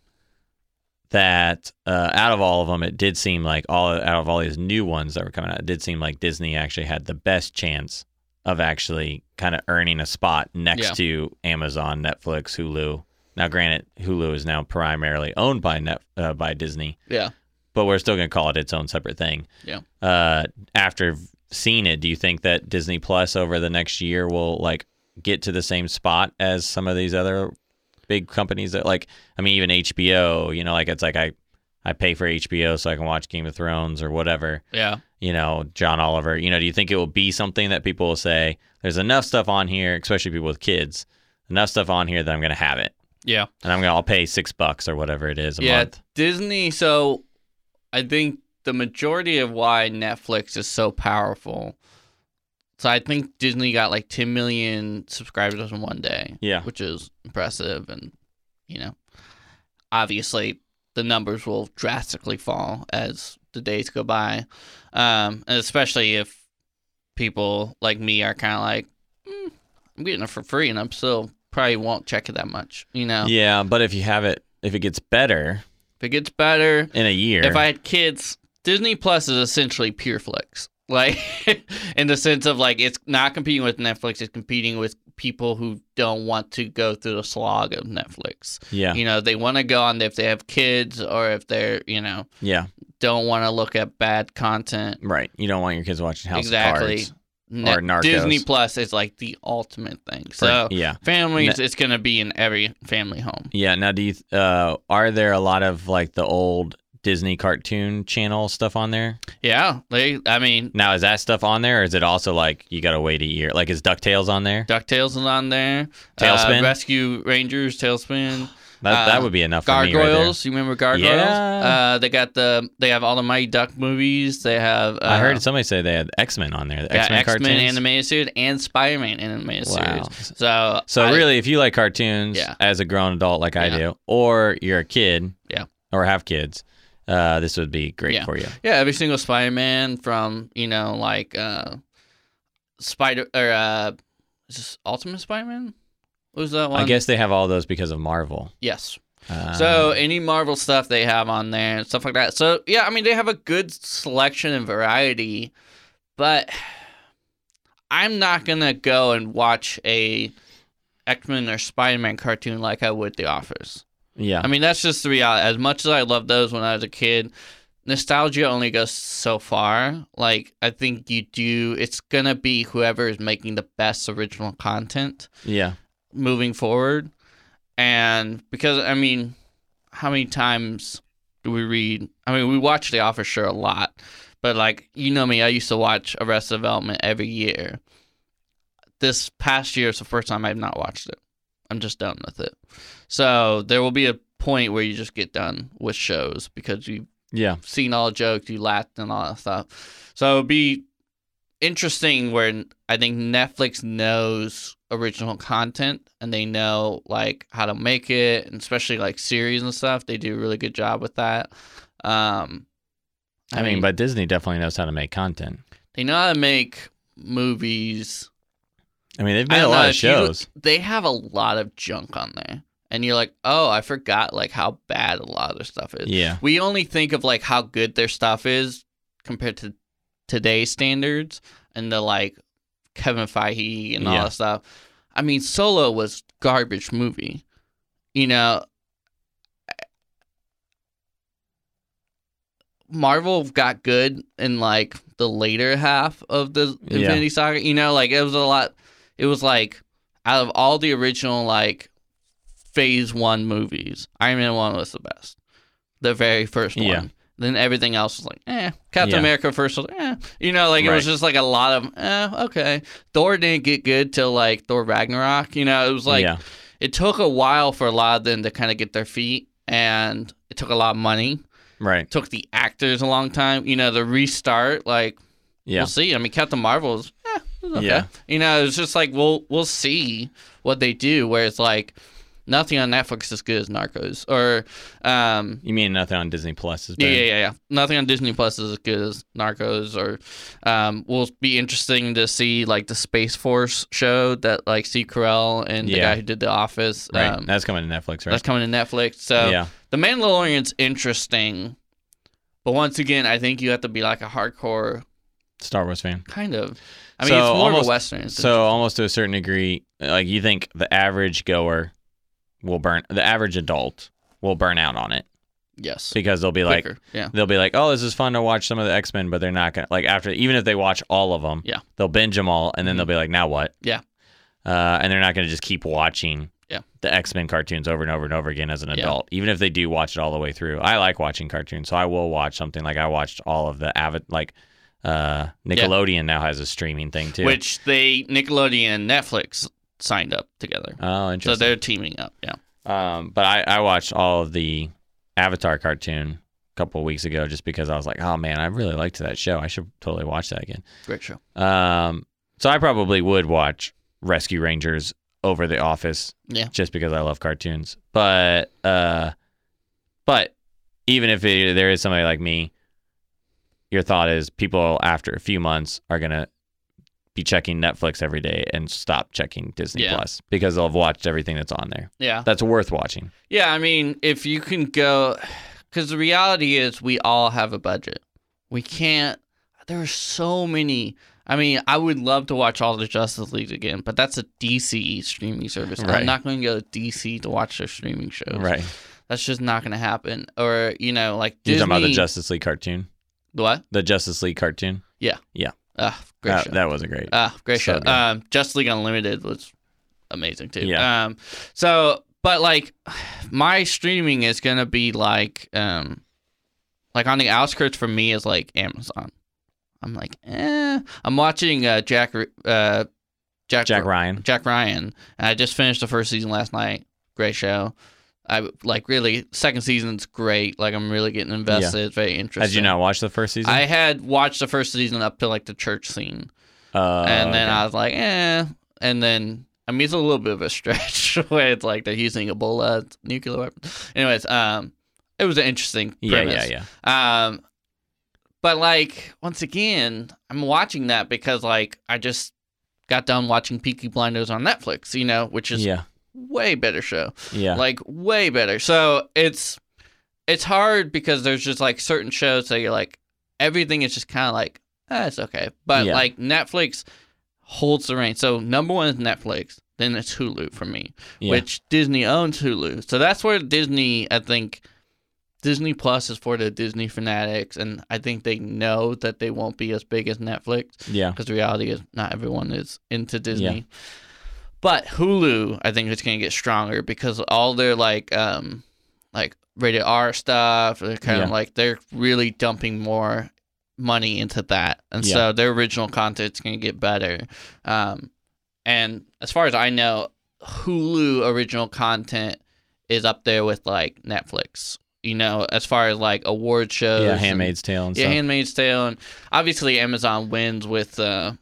Speaker 3: that uh, out of all of them, it did seem like all out of all these new ones that were coming out, it did seem like Disney actually had the best chance of actually kind of earning a spot next
Speaker 2: Yeah.
Speaker 3: to Amazon, Netflix, Hulu. Now, granted, Hulu is now primarily owned by Net, uh, by Disney,
Speaker 2: Yeah.
Speaker 3: but we're still going to call it its own separate thing.
Speaker 2: Yeah.
Speaker 3: Uh, after seeing it, do you think that Disney Plus over the next year will like get to the same spot as some of these other big companies that like? I mean, even HBO. You know, like it's like I I pay for HBO so I can watch Game of Thrones or whatever
Speaker 2: Yeah.
Speaker 3: you know, John Oliver, you know, do you think it will be something that people will say, there's enough stuff on here, especially people with kids, enough stuff on here that I'm going to have it
Speaker 2: Yeah.
Speaker 3: and I'm going to, I'll pay six bucks or whatever it is a
Speaker 2: yeah.
Speaker 3: month.
Speaker 2: Disney. So I think the majority of why Netflix is so powerful. So I think Disney got like 10 million subscribers in one day.
Speaker 3: Yeah.
Speaker 2: Which is impressive. And, you know, obviously the numbers will drastically fall as the days go by. Um, and especially if people like me are kind of like, "Mm, I'm getting it for free and I'm still probably won't check it that much, you know?
Speaker 3: Yeah. But if you have it, if it gets better
Speaker 2: If it gets better,
Speaker 3: in a year,
Speaker 2: if I had kids, Disney Plus is essentially pure flicks. <laughs> Like in the sense of like it's not competing with Netflix, it's competing with people who don't want to go through the slog of Netflix.
Speaker 3: yeah,
Speaker 2: You know, they want to go on if they have kids or if they're, you know,
Speaker 3: yeah,
Speaker 2: don't want to look at bad content.
Speaker 3: right. You don't want your kids watching House
Speaker 2: exactly.
Speaker 3: of Cards.
Speaker 2: Net-
Speaker 3: or Narcos.
Speaker 2: Disney Plus is like the ultimate thing.
Speaker 3: for- e-,
Speaker 2: So
Speaker 3: yeah.
Speaker 2: families, it's going to be in every family home.
Speaker 3: Yeah. Now, do you, uh, are there a lot of like the old Disney cartoon channel stuff on there?
Speaker 2: Yeah, they. I mean,
Speaker 3: Now, is that stuff on there or is it also like you got to wait a year? Like, is DuckTales on there?
Speaker 2: Ducktales is on there.
Speaker 3: Tailspin?
Speaker 2: uh, Rescue Rangers, Tailspin,
Speaker 3: That, that
Speaker 2: Uh,
Speaker 3: would be enough for me right there.
Speaker 2: Gargoyles. you remember Gargoyles?
Speaker 3: Yeah.
Speaker 2: Uh, they got the. They have all the Mighty Duck movies. They have. Uh,
Speaker 3: I heard somebody say they had X Men on there. The X Men
Speaker 2: X
Speaker 3: cartoons.
Speaker 2: Men animated series and Spider Man animated
Speaker 3: Wow.
Speaker 2: series. So
Speaker 3: So
Speaker 2: I-
Speaker 3: really, if you like cartoons
Speaker 2: Yeah.
Speaker 3: as a grown adult like I
Speaker 2: Yeah.
Speaker 3: do, or you're a kid,
Speaker 2: Yeah.
Speaker 3: or have kids, uh, this would be great
Speaker 2: Yeah.
Speaker 3: for you.
Speaker 2: yeah, every single Spider Man from you know like uh, Spider or uh, is this Ultimate Spider Man? What was that one?
Speaker 3: I guess they have all those because of Marvel.
Speaker 2: yes.
Speaker 3: Uh,
Speaker 2: So any Marvel stuff they have on there and stuff like that. So yeah, I mean they have a good selection and variety, but I'm not gonna go and watch a X Men or Spider Man cartoon like I would The Office.
Speaker 3: yeah,
Speaker 2: I mean that's just the reality. As much as I loved those when I was a kid, nostalgia only goes so far. Like I think you do. It's gonna be whoever is making the best original content
Speaker 3: yeah,
Speaker 2: moving forward. And because I mean, how many times do we read? I mean, we watch The Office sure a lot, but like you know me, I used to watch Arrested Development every year. This past year is the first time I've not watched it. I'm just done with it. So there will be a point where you just get done with shows because you
Speaker 3: yeah,
Speaker 2: seen all the jokes, you laughed and all that stuff. So it'd be interesting where I think Netflix knows original content and they know like how to make it, and especially like series and stuff. They do a really good job with that. Um,
Speaker 3: I, mean, but Disney definitely knows how to make content.
Speaker 2: they know how to make movies.
Speaker 3: I mean, they've
Speaker 2: I
Speaker 3: made a
Speaker 2: don't
Speaker 3: lot
Speaker 2: know,
Speaker 3: of
Speaker 2: if you look-
Speaker 3: shows.
Speaker 2: They have a lot of junk on there, and you're like, oh, I forgot like how bad a lot of their stuff is.
Speaker 3: yeah,
Speaker 2: we only think of like how good their stuff is compared to today's standards and the like Kevin Feige and all
Speaker 3: Yeah.
Speaker 2: that stuff. I mean, Solo was garbage movie. You know, Marvel got good in like the later half of the
Speaker 3: Yeah.
Speaker 2: Infinity Saga. You know, like it was a lot. It was like out of all the original like Phase One movies, Iron Man One was the best, the very first
Speaker 3: Yeah.
Speaker 2: one. Then everything else was like, eh. Captain
Speaker 3: Yeah.
Speaker 2: America first was, eh. You know, like it was
Speaker 3: Right.
Speaker 2: just like a lot of, eh, okay. Thor didn't get good till like Thor Ragnarok. You know, it was like
Speaker 3: yeah,
Speaker 2: it took a while for a lot of them to kind of get their feet, and it took a lot of money.
Speaker 3: right,
Speaker 2: It took the actors a long time. You know, the restart, like
Speaker 3: yeah,
Speaker 2: we'll see. I mean, Captain Marvel's, eh, it was okay.
Speaker 3: Yeah.
Speaker 2: You know, it's just like we'll we'll see what they do. Where it's like nothing on Netflix is as good as Narcos, or um,
Speaker 3: you mean nothing on Disney Plus is
Speaker 2: yeah,
Speaker 3: better.
Speaker 2: yeah, yeah, yeah. Nothing on Disney Plus is as good as Narcos, or um, will be interesting to see like the Space Force show that like Steve Carell and the
Speaker 3: Yeah.
Speaker 2: guy who did The Office.
Speaker 3: Right,
Speaker 2: Um,
Speaker 3: that's coming to Netflix, right?
Speaker 2: that's coming to Netflix. So
Speaker 3: yeah,
Speaker 2: The Mandalorian's interesting, but once again, I think you have to be like a hardcore
Speaker 3: Star Wars fan.
Speaker 2: kind of. I mean,
Speaker 3: So
Speaker 2: it's more of
Speaker 3: almost-
Speaker 2: a western. It's
Speaker 3: So almost to a certain degree, like you think the average goer will burn, the average adult will burn out on it.
Speaker 2: Yes.
Speaker 3: because they'll be like
Speaker 2: Quicker. yeah.
Speaker 3: they'll be like, "Oh, this is fun to watch some of the X Men," but they're not gonna like after even if they watch all of them,
Speaker 2: Yeah. Mm-hmm.
Speaker 3: they'll binge them all, and then they'll be like, "Now what?"
Speaker 2: Yeah.
Speaker 3: uh, and they're not gonna just keep watching
Speaker 2: Yeah.
Speaker 3: the X Men cartoons over and over and over again as an
Speaker 2: Yeah.
Speaker 3: adult, even if they do watch it all the way through. I like watching cartoons, so I will watch something like I watched all of the Avid like uh, Nickelodeon now has a streaming thing too.
Speaker 2: Which they Nickelodeon and Netflix signed up together.
Speaker 3: oh,
Speaker 2: So
Speaker 3: interesting.
Speaker 2: they're teaming up. Yeah.
Speaker 3: Um, but I, I watched all of the Avatar cartoon a couple of weeks ago just because I was like, oh man, I really liked that show. I should totally watch that again.
Speaker 2: Great show.
Speaker 3: Um, so I probably would watch Rescue Rangers over The Office,
Speaker 2: Yeah.
Speaker 3: just because I love cartoons. But uh, but even if it, there is somebody like me, your thought is people after a few months are gonna be checking Netflix every day and stop checking Disney
Speaker 2: Yeah.
Speaker 3: Plus because they'll have watched everything that's on there.
Speaker 2: Yeah.
Speaker 3: That's worth watching.
Speaker 2: Yeah. I mean, if you can go, because the reality is we all have a budget. We can't, there are so many. I mean, I would love to watch all the Justice League again, but that's a DC streaming service.
Speaker 3: Right.
Speaker 2: I'm not going to go to DC to watch their streaming shows.
Speaker 3: Right.
Speaker 2: That's just not going to happen. Or, you know, like
Speaker 3: You're
Speaker 2: Disney.
Speaker 3: talking about the Justice League cartoon.
Speaker 2: What?
Speaker 3: The Justice League cartoon.
Speaker 2: Ugh, great
Speaker 3: That-
Speaker 2: show.
Speaker 3: That was a great.
Speaker 2: Ah, great
Speaker 3: So
Speaker 2: show.
Speaker 3: good.
Speaker 2: Um, Just League Unlimited was amazing too.
Speaker 3: Yeah.
Speaker 2: Um, so, but like, my streaming is gonna be like, um, like on the outskirts for me is like Amazon. I'm like, eh. I'm watching uh, Jack, R- uh, Jack,
Speaker 3: Jack Ryan.
Speaker 2: Jack Ryan. And I just finished the first season last night. Great show. I like really second season's great. Like I'm really getting invested. It's very interesting.
Speaker 3: Had you not watched the first season?
Speaker 2: I had watched the first season up to like the church scene
Speaker 3: Uh,
Speaker 2: and then
Speaker 3: okay.
Speaker 2: I was like, eh. And then I mean, it's a little bit of a <laughs> stretch where it's like they're using Ebola as nuclear weapon. Anyways, um, it was an interesting
Speaker 3: yeah,
Speaker 2: premise.
Speaker 3: yeah, yeah.
Speaker 2: Um, but like once again, I'm watching that because like I just got done watching Peaky Blinders on Netflix, you know, which is
Speaker 3: yeah,
Speaker 2: way better show
Speaker 3: yeah,
Speaker 2: like way better. So it's it's hard because there's just like certain shows that you're like everything is just kind of like ah, it's okay, but
Speaker 3: Yeah.
Speaker 2: like Netflix holds the reign. So number one is Netflix, then it's Hulu for me,
Speaker 3: yeah.
Speaker 2: which Disney owns Hulu. So that's where Disney, I think. Disney Plus is for the Disney fanatics, and I think they know that they won't be as big as Netflix
Speaker 3: yeah,
Speaker 2: because the reality is not everyone is into Disney. But Hulu, I think, is going to get stronger because all their like, um, like rated R stuff, they're kind of
Speaker 3: Yeah.
Speaker 2: like they're really dumping more money into that, and so their original content's going to get better. Um, and as far as I know, Hulu original content is up there with like Netflix. You know, as far as like award shows,
Speaker 3: yeah.
Speaker 2: and-
Speaker 3: Handmaid's Tale and
Speaker 2: yeah,
Speaker 3: stuff.
Speaker 2: Handmaid's Tale, and obviously Amazon wins with uh,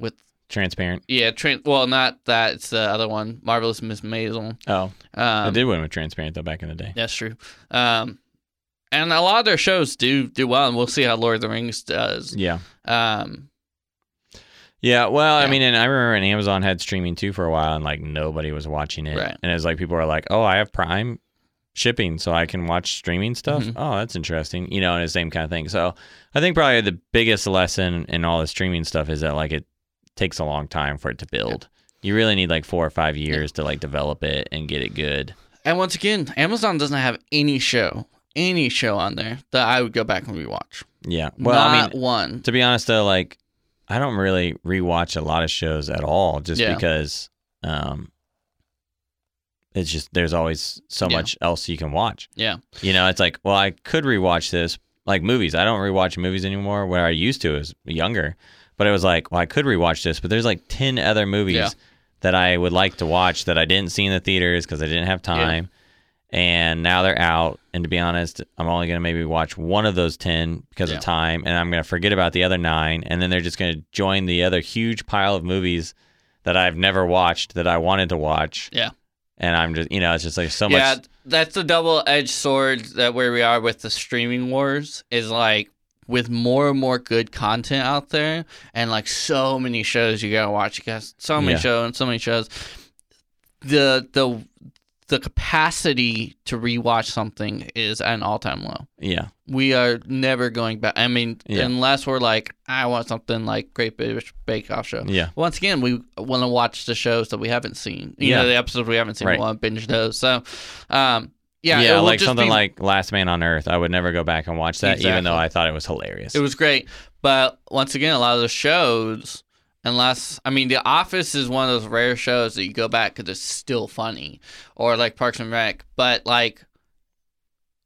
Speaker 2: with
Speaker 3: Transparent.
Speaker 2: yeah, Tran well, not that it's the other one, Marvelous Miss Maisel.
Speaker 3: Oh, I
Speaker 2: Um,
Speaker 3: did win with Transparent though back in the day.
Speaker 2: that's true. Um, and a lot of their shows do do well, and we'll see how Lord of the Rings does.
Speaker 3: Yeah,
Speaker 2: Um,
Speaker 3: yeah. Well, I
Speaker 2: Yeah.
Speaker 3: mean, and I remember when Amazon had streaming too for a while, and like nobody was watching it,
Speaker 2: Right.
Speaker 3: and it was like people are like, "Oh, I have Prime shipping, so I can watch streaming stuff."
Speaker 2: Mhm.
Speaker 3: Oh, that's interesting. You know, and the same kind of thing. So I think probably the biggest lesson in all the streaming stuff is that like it takes a long time for it to build. You really need like four or five years to like develop it and get it good.
Speaker 2: and once again, Amazon doesn't have any show, any show on there that I would go back and rewatch.
Speaker 3: Yeah. Well, I mean,
Speaker 2: not one.
Speaker 3: to be honest though, like I don't really rewatch a lot of shows at all, just
Speaker 2: Yeah.
Speaker 3: because um, it's just there's always so
Speaker 2: Yeah.
Speaker 3: much else you can watch.
Speaker 2: Yeah.
Speaker 3: You know, it's like well, I could rewatch this, like movies. I don't rewatch movies anymore. Where I used to as younger, but it was like, well, I could rewatch this, but there's like ten other movies
Speaker 2: Yeah.
Speaker 3: that I would like to watch that I didn't see in the theaters because I didn't have time. And now they're out. And to be honest, I'm only going to maybe watch one of those 10 because
Speaker 2: Yeah.
Speaker 3: of time. And I'm going to forget about the other nine. And then they're just going to join the other huge pile of movies that I've never watched that I wanted to watch.
Speaker 2: Yeah.
Speaker 3: And I'm just, you know, it's just like so
Speaker 2: yeah,
Speaker 3: much.
Speaker 2: that's the double-edged sword that where we are with the streaming wars is like with more and more good content out there and like so many shows you gotta watch. You got so many
Speaker 3: Yeah.
Speaker 2: shows and so many shows. The the the capacity to rewatch something is at an all-time low.
Speaker 3: Yeah.
Speaker 2: We are never going back. I mean,
Speaker 3: Yeah.
Speaker 2: unless we're like, I want something like Great British Bake Off show.
Speaker 3: Yeah.
Speaker 2: Once again, we want to watch the shows that we haven't seen. You
Speaker 3: Yeah.
Speaker 2: know, the episodes we haven't seen.
Speaker 3: Right.
Speaker 2: We want to binge those. So, um, yeah, it will
Speaker 3: like
Speaker 2: just
Speaker 3: something
Speaker 2: be-
Speaker 3: like Last Man on Earth. I would never go back and watch that, even though
Speaker 2: Exactly.
Speaker 3: I thought it was hilarious.
Speaker 2: It was great, but once again, a lot of the shows, unless I mean, The Office is one of those rare shows that you go back because it's still funny, or like Parks and Rec, but like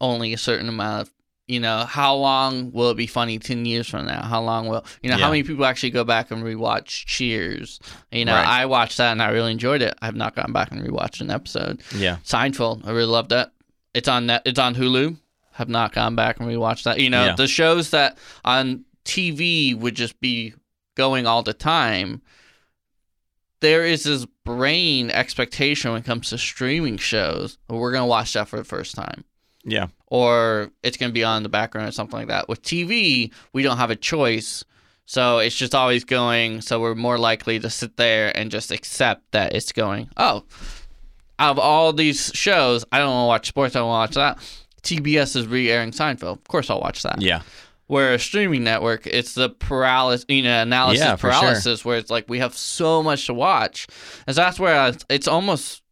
Speaker 2: only a certain amount of. You know, how long will it be funny 10 years from now? How long will, you know,
Speaker 3: Yeah.
Speaker 2: how many people actually go back and rewatch Cheers? You know,
Speaker 3: Right.
Speaker 2: I watched that and I really enjoyed it. I've not gone back and rewatched an episode.
Speaker 3: yeah,
Speaker 2: Seinfeld. I really love that. It's on net. It's on Hulu. Have not gone back and rewatched that. You know,
Speaker 3: Yeah.
Speaker 2: the shows that on TV would just be going all the time. There is this brain expectation when it comes to streaming shows. We're gonna watch that for the first time,
Speaker 3: yeah,
Speaker 2: or it's gonna be on in the background or something like that. With TV, we don't have a choice. So it's just always going. So we're more likely to sit there and just accept that it's going. Oh, out of all these shows, I don't want to watch sports. I don't want to watch that. TBS is re-airing Seinfeld. Of course, I'll watch that.
Speaker 3: yeah,
Speaker 2: Where a streaming network, it's the paralysis, you know, analysis
Speaker 3: Yeah, for sure.
Speaker 2: paralysis, where it's like we have so much to watch, and so that's where I, it's almost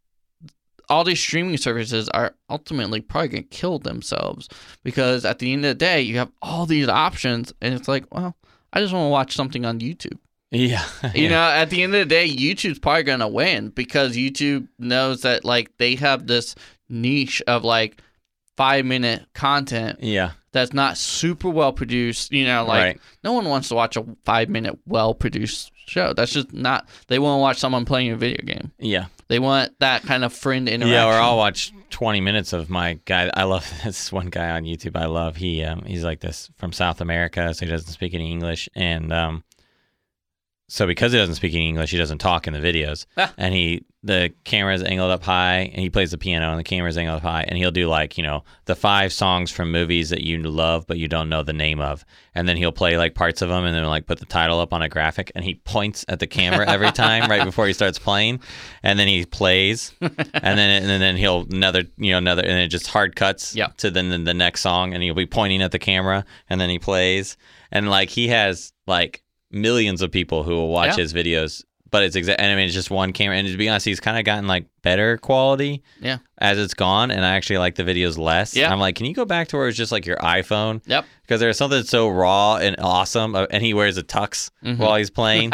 Speaker 2: all these streaming services are ultimately probably gonna kill themselves because at the end of the day, you have all these options, and it's like, well, I just want to watch something on YouTube.
Speaker 3: yeah.
Speaker 2: You
Speaker 3: yeah.
Speaker 2: know, at the end of the day, YouTube's probably gonna win because YouTube knows that like they have this niche of like five minute content
Speaker 3: yeah,
Speaker 2: that's not super well produced. You know, like
Speaker 3: right.
Speaker 2: no one wants to watch a five minute well produced show. That's just not. They want to watch someone playing a video game.
Speaker 3: Yeah,
Speaker 2: They want that kind of friend interaction.
Speaker 3: yeah. Or I'll watch 20 minutes of my guy. I love <laughs> this one guy on YouTube. I love he. Um, he's like this from South America, so he doesn't speak any English, and um, so because he doesn't speak any English, he doesn't talk in the videos.
Speaker 2: Ah.
Speaker 3: And he the camera's angled up high, and he plays the piano, and the camera's angled up high, and he'll do like you know the five songs from movies that you love but you don't know the name of, and then he'll play like parts of them, and then like put the title up on a graphic, and he points at the camera every time right before he starts playing, and then he plays, and then and then he'll another you know another, and it just hard cuts
Speaker 2: Yeah.
Speaker 3: to then the- the next song, and he'll be pointing at the camera, and then he plays, and like he has like millions of people who will watch
Speaker 2: Yeah.
Speaker 3: his videos. But it's exact. I mean, it's just one camera. And to be honest, he's kind of gotten like better quality.
Speaker 2: Yeah.
Speaker 3: As it's gone, and I actually like the videos less.
Speaker 2: Yeah.
Speaker 3: I'm like, can you go back to where it's just like your iPhone?
Speaker 2: Yep.
Speaker 3: Because there's something so raw and awesome. uh, And he wears a tux
Speaker 2: Mhm.
Speaker 3: while
Speaker 2: <laughs>
Speaker 3: he's playing,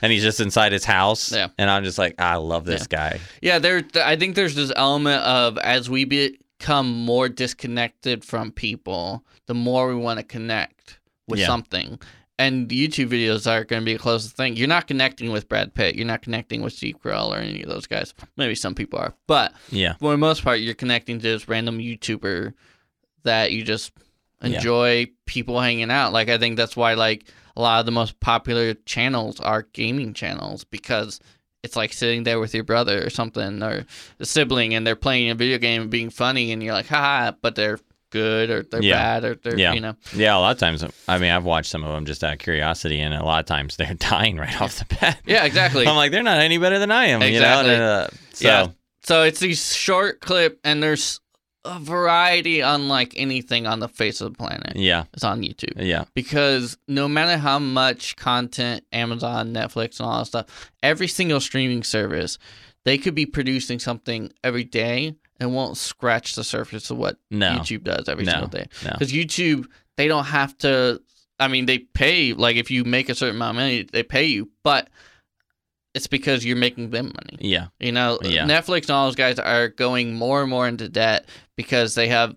Speaker 3: and he's just inside his house.
Speaker 2: Yeah.
Speaker 3: And I'm just like, I love this guy.
Speaker 2: Yeah, there. th- I think there's this element of as we become more disconnected from people, the more we want to connect with
Speaker 3: Yeah.
Speaker 2: something. And YouTube videos are going to be the closest thing. You're not connecting with Brad Pitt. You're not connecting with Steve Carell or any of those guys. Maybe some people are, but
Speaker 3: Yeah.
Speaker 2: for the most part, you're connecting to this random YouTuber that you just
Speaker 3: Yeah.
Speaker 2: enjoy people hanging out. Like I think that's why like a lot of the most popular channels are gaming channels because it's like sitting there with your brother or something or a sibling and they're playing a video game and being funny and you're like, haha, but they're good or they're
Speaker 3: Yeah.
Speaker 2: bad or they're
Speaker 3: Yeah.
Speaker 2: you know.
Speaker 3: Yeah. A lot of times, I mean, I've watched some of them just out of curiosity, and a lot of times <laughs> they're dying right off the bat.
Speaker 2: Yeah, exactly.
Speaker 3: <laughs> I'm like, they're not any better than I am.
Speaker 2: Exactly.
Speaker 3: You know? And, uh, so,
Speaker 2: Yeah. So it's these short clip and there's a variety unlike anything on the face of the planet.
Speaker 3: yeah.
Speaker 2: It's on YouTube.
Speaker 3: Yeah.
Speaker 2: because no matter how much content Amazon, Netflix, and all that stuff, every single streaming service, they could be producing something every day and won't scratch the surface of what
Speaker 3: No.
Speaker 2: YouTube does every
Speaker 3: No.
Speaker 2: single day.
Speaker 3: No.
Speaker 2: Because YouTube, they don't have to. I mean, they pay like if you make a certain amount of money, they pay you, but it's because you're making them money.
Speaker 3: Yeah.
Speaker 2: You know,
Speaker 3: Yeah.
Speaker 2: Netflix and all those guys are going more and more into debt because they have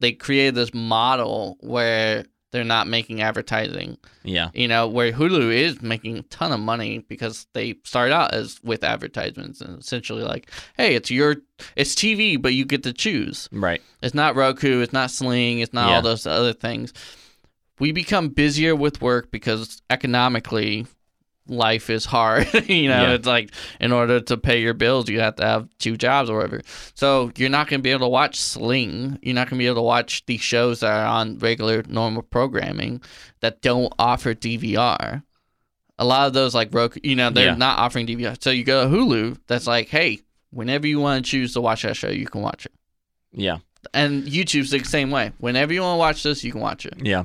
Speaker 2: they created this model where they're not making advertising.
Speaker 3: Yeah.
Speaker 2: You know, where Hulu is making a ton of money because they started out as with advertisements and essentially like, hey, it's your it's TV, but you get to choose.
Speaker 3: Right.
Speaker 2: It's not Roku, it's not Sling, it's not
Speaker 3: Yeah.
Speaker 2: all those other things. We become busier with work because economically life is hard. <laughs> you know,
Speaker 3: Yeah.
Speaker 2: it's like in order to pay your bills, you have to have two jobs or whatever. So you're not going to be able to watch Sling. You're not going to be able to watch the shows that are on regular, normal programming that don't offer DVR. A lot of those, like Roku, you know, they're
Speaker 3: Yeah.
Speaker 2: not offering DVR. So you go to Hulu, that's like, hey, whenever you want to choose to watch that show, you can watch it
Speaker 3: Yeah.
Speaker 2: and YouTube's the same way. Whenever you want to watch this, you can watch it.
Speaker 3: Yeah.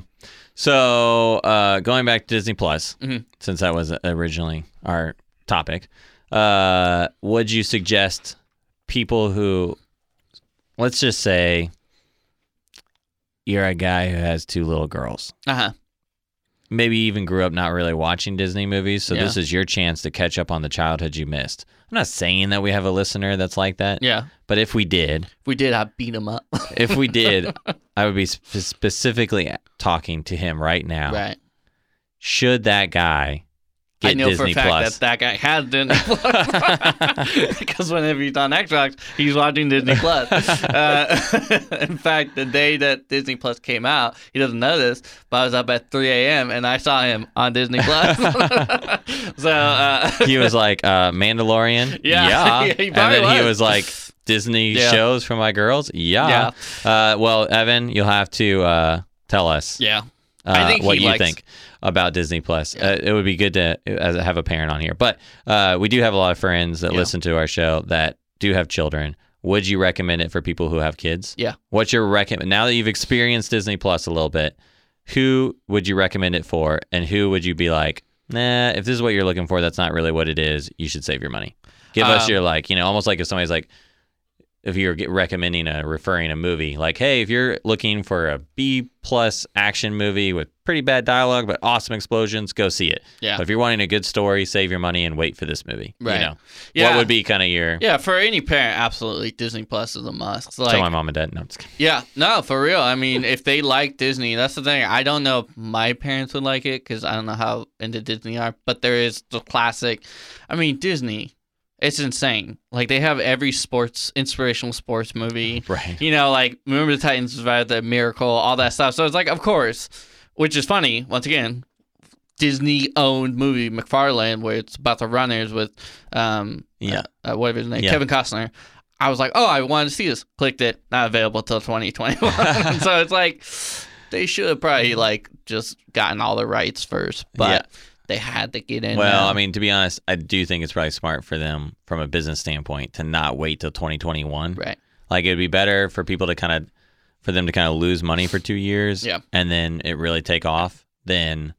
Speaker 3: So uh, going back to Disney Plus,
Speaker 2: Mhm.
Speaker 3: since that was originally our topic, uh, would you suggest people who let's just say you're a guy who has two little girls.
Speaker 2: Uh huh.
Speaker 3: Maybe you even grew up not really watching Disney movies, so this is your chance to catch up on the childhood you missed. I'm not saying that we have a listener that's like that,
Speaker 2: Yeah.
Speaker 3: but if we did,
Speaker 2: If we did, I beat him up.
Speaker 3: if
Speaker 2: <laughs>
Speaker 3: we did, I would be sp- specifically talking to him right now.
Speaker 2: right.
Speaker 3: Should that guy get
Speaker 2: I know
Speaker 3: Disney
Speaker 2: for a fact
Speaker 3: Plus?
Speaker 2: that that guy has Disney
Speaker 3: <laughs>
Speaker 2: Plus <laughs> because whenever he's on Xbox, he's watching Disney Plus. Uh, <laughs> in fact, the day that Disney Plus came out, he doesn't know this, but I was up at 3 a.m. and I saw him on Disney Plus. <laughs> so uh,
Speaker 3: he was like uh, Mandalorian.
Speaker 2: <laughs> Yeah.
Speaker 3: yeah.
Speaker 2: Yeah, he
Speaker 3: and
Speaker 2: probably
Speaker 3: then he
Speaker 2: was.
Speaker 3: was like Disney
Speaker 2: Yeah.
Speaker 3: shows for my girls. Yeah. Uh, well, Evan, you'll have to uh, tell us
Speaker 2: yeah,
Speaker 3: uh,
Speaker 2: I think
Speaker 3: what
Speaker 2: he
Speaker 3: you
Speaker 2: likes-
Speaker 3: think about Disney Plus.
Speaker 2: Yeah.
Speaker 3: Uh, it would be good to uh, have a parent on here, but uh, we do have a lot of friends that
Speaker 2: Yeah.
Speaker 3: listen to our show that do have children. Would you recommend it for people who have kids?
Speaker 2: Yeah.
Speaker 3: What's your recommend? Now that you've experienced Disney Plus a little bit, who would you recommend it for, and who would you be like, nah? If this is what you're looking for, that's not really what it is. You should save your money. Give us
Speaker 2: Um,
Speaker 3: your like, you know, almost like if somebody's like, if you're get- recommending a referring a movie like hey if you're looking for a b plus action movie with pretty bad dialogue but awesome explosions go see it
Speaker 2: Yeah.
Speaker 3: but if you're wanting a good story save your money and wait for this movie you
Speaker 2: Right.
Speaker 3: know
Speaker 2: yeah,
Speaker 3: what would be kind of your
Speaker 2: yeah for any parent, absolutely Disney Plus is a must.
Speaker 3: tell
Speaker 2: Like,
Speaker 3: my mom and dad no I'm just kidding. <laughs>
Speaker 2: Yeah, no, for real. I mean, if they like Disney, that's the thing. I don't know if my parents would like it because I don't know how into Disney are, but there is the classic. I mean, Disney, it's insane. Like, they have every sports, inspirational sports movie.
Speaker 3: right
Speaker 2: You know, like, remember the Titans about the miracle, all that stuff. So it's like, of course, which is funny, once again, Disney owned movie, McFarland, where it's about the runners with um,
Speaker 3: yeah
Speaker 2: uh, whatever his name,
Speaker 3: Yeah.
Speaker 2: Kevin Costner. I was like, oh, I wanted to see this. Clicked it. Not available till
Speaker 3: <laughs>
Speaker 2: 2021. so it's like they should have probably like just gotten all the rights first, but they had to get in.
Speaker 3: well
Speaker 2: now.
Speaker 3: i mean to be honest i do think it's probably smart for them from a business standpoint to not wait till 2021
Speaker 2: right,
Speaker 3: Like it'd be better for people to kind of for them to kind of lose money for two years,
Speaker 2: Yeah.
Speaker 3: and then it really take off than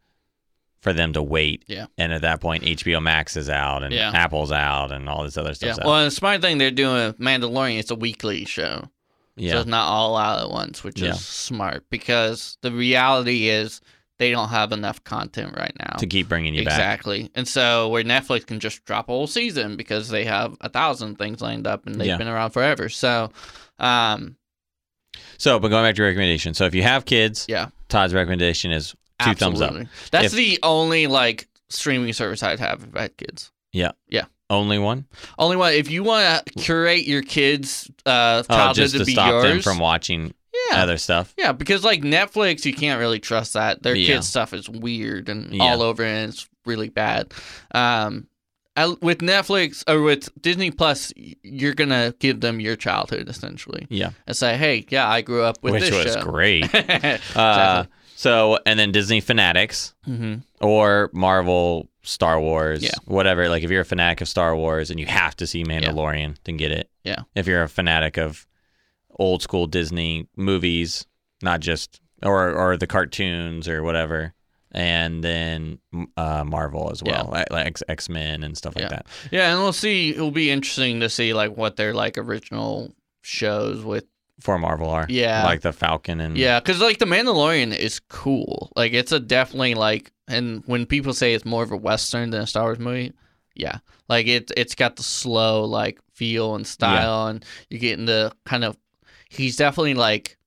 Speaker 3: for them to wait.
Speaker 2: Yeah.
Speaker 3: And at that point, HBO Max is out and
Speaker 2: Yeah.
Speaker 3: Apple's out and all this other
Speaker 2: yeah.
Speaker 3: stuff's out.
Speaker 2: Well, and the smart thing they're doing with Mandalorian. It's a weekly show, so
Speaker 3: yeah.
Speaker 2: it's not all out at once, which
Speaker 3: Yeah.
Speaker 2: is smart because the reality is they don't have enough content right now.
Speaker 3: To keep bringing you back.
Speaker 2: Exactly. And so where Netflix can just drop a whole season because they have a thousand things lined up and they've
Speaker 3: Yeah.
Speaker 2: been around forever. So um
Speaker 3: So, but going back to your recommendation. So if you have kids,
Speaker 2: Yeah.
Speaker 3: Todd's recommendation is two thumbs up.
Speaker 2: absolutely. That's
Speaker 3: If-
Speaker 2: the only like streaming service I'd have if I had kids.
Speaker 3: Only one.
Speaker 2: Only one if you wanna curate your kids uh
Speaker 3: Oh,
Speaker 2: childhood
Speaker 3: just
Speaker 2: to,
Speaker 3: to
Speaker 2: be
Speaker 3: stop them
Speaker 2: yours.
Speaker 3: from watching
Speaker 2: yeah.
Speaker 3: other stuff.
Speaker 2: Yeah, because like Netflix, you can't really trust that. Their
Speaker 3: Yeah.
Speaker 2: kids' stuff is weird and
Speaker 3: Yeah.
Speaker 2: all over, and it's really bad. Um, I, with Netflix or with Disney Plus, y- you're gonna give them your childhood essentially
Speaker 3: Yeah.
Speaker 2: and say, "Hey, yeah, I grew up with
Speaker 3: Which
Speaker 2: this
Speaker 3: was
Speaker 2: show." <laughs>
Speaker 3: great.
Speaker 2: exactly.
Speaker 3: Uh, so and then Disney Fanatics.
Speaker 2: hmm
Speaker 3: or Marvel, Star Wars,
Speaker 2: Yeah.
Speaker 3: whatever. Like if you're a fanatic of Star Wars and you have to see Mandalorian, then get it.
Speaker 2: Yeah.
Speaker 3: If you're a fanatic of old school Disney movies, not just or or the cartoons or whatever, and then uh, Marvel as well, like, like X Men and stuff like
Speaker 2: Yeah.
Speaker 3: that.
Speaker 2: Yeah, and we'll see. It'll be interesting to see like what their like original shows with
Speaker 3: For Marvel are
Speaker 2: Yeah.
Speaker 3: like the Falcon and
Speaker 2: Yeah, because like the Mandalorian is cool. Like it's a definitely like, and when people say it's more of a western than a Star Wars movie, yeah, like it it's got the slow like feel and style, and you get into kind of he's definitely like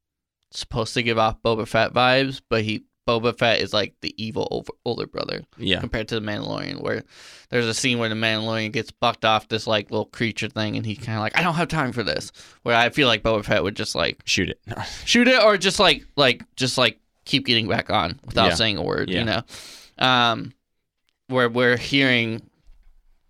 Speaker 2: supposed to give off Boba Fett vibes, but he Boba Fett is like the evil over, older brother
Speaker 3: yeah.
Speaker 2: compared to the Mandalorian, where there's a scene where the Mandalorian gets bucked off this like little creature thing, and he's kind of like, I don't have time for this. Where I feel like Boba Fett would just like
Speaker 3: Shoot it. <laughs>
Speaker 2: shoot it or just like like just like keep getting back on without
Speaker 3: Yeah.
Speaker 2: saying a word
Speaker 3: Yeah.
Speaker 2: you know um where we're hearing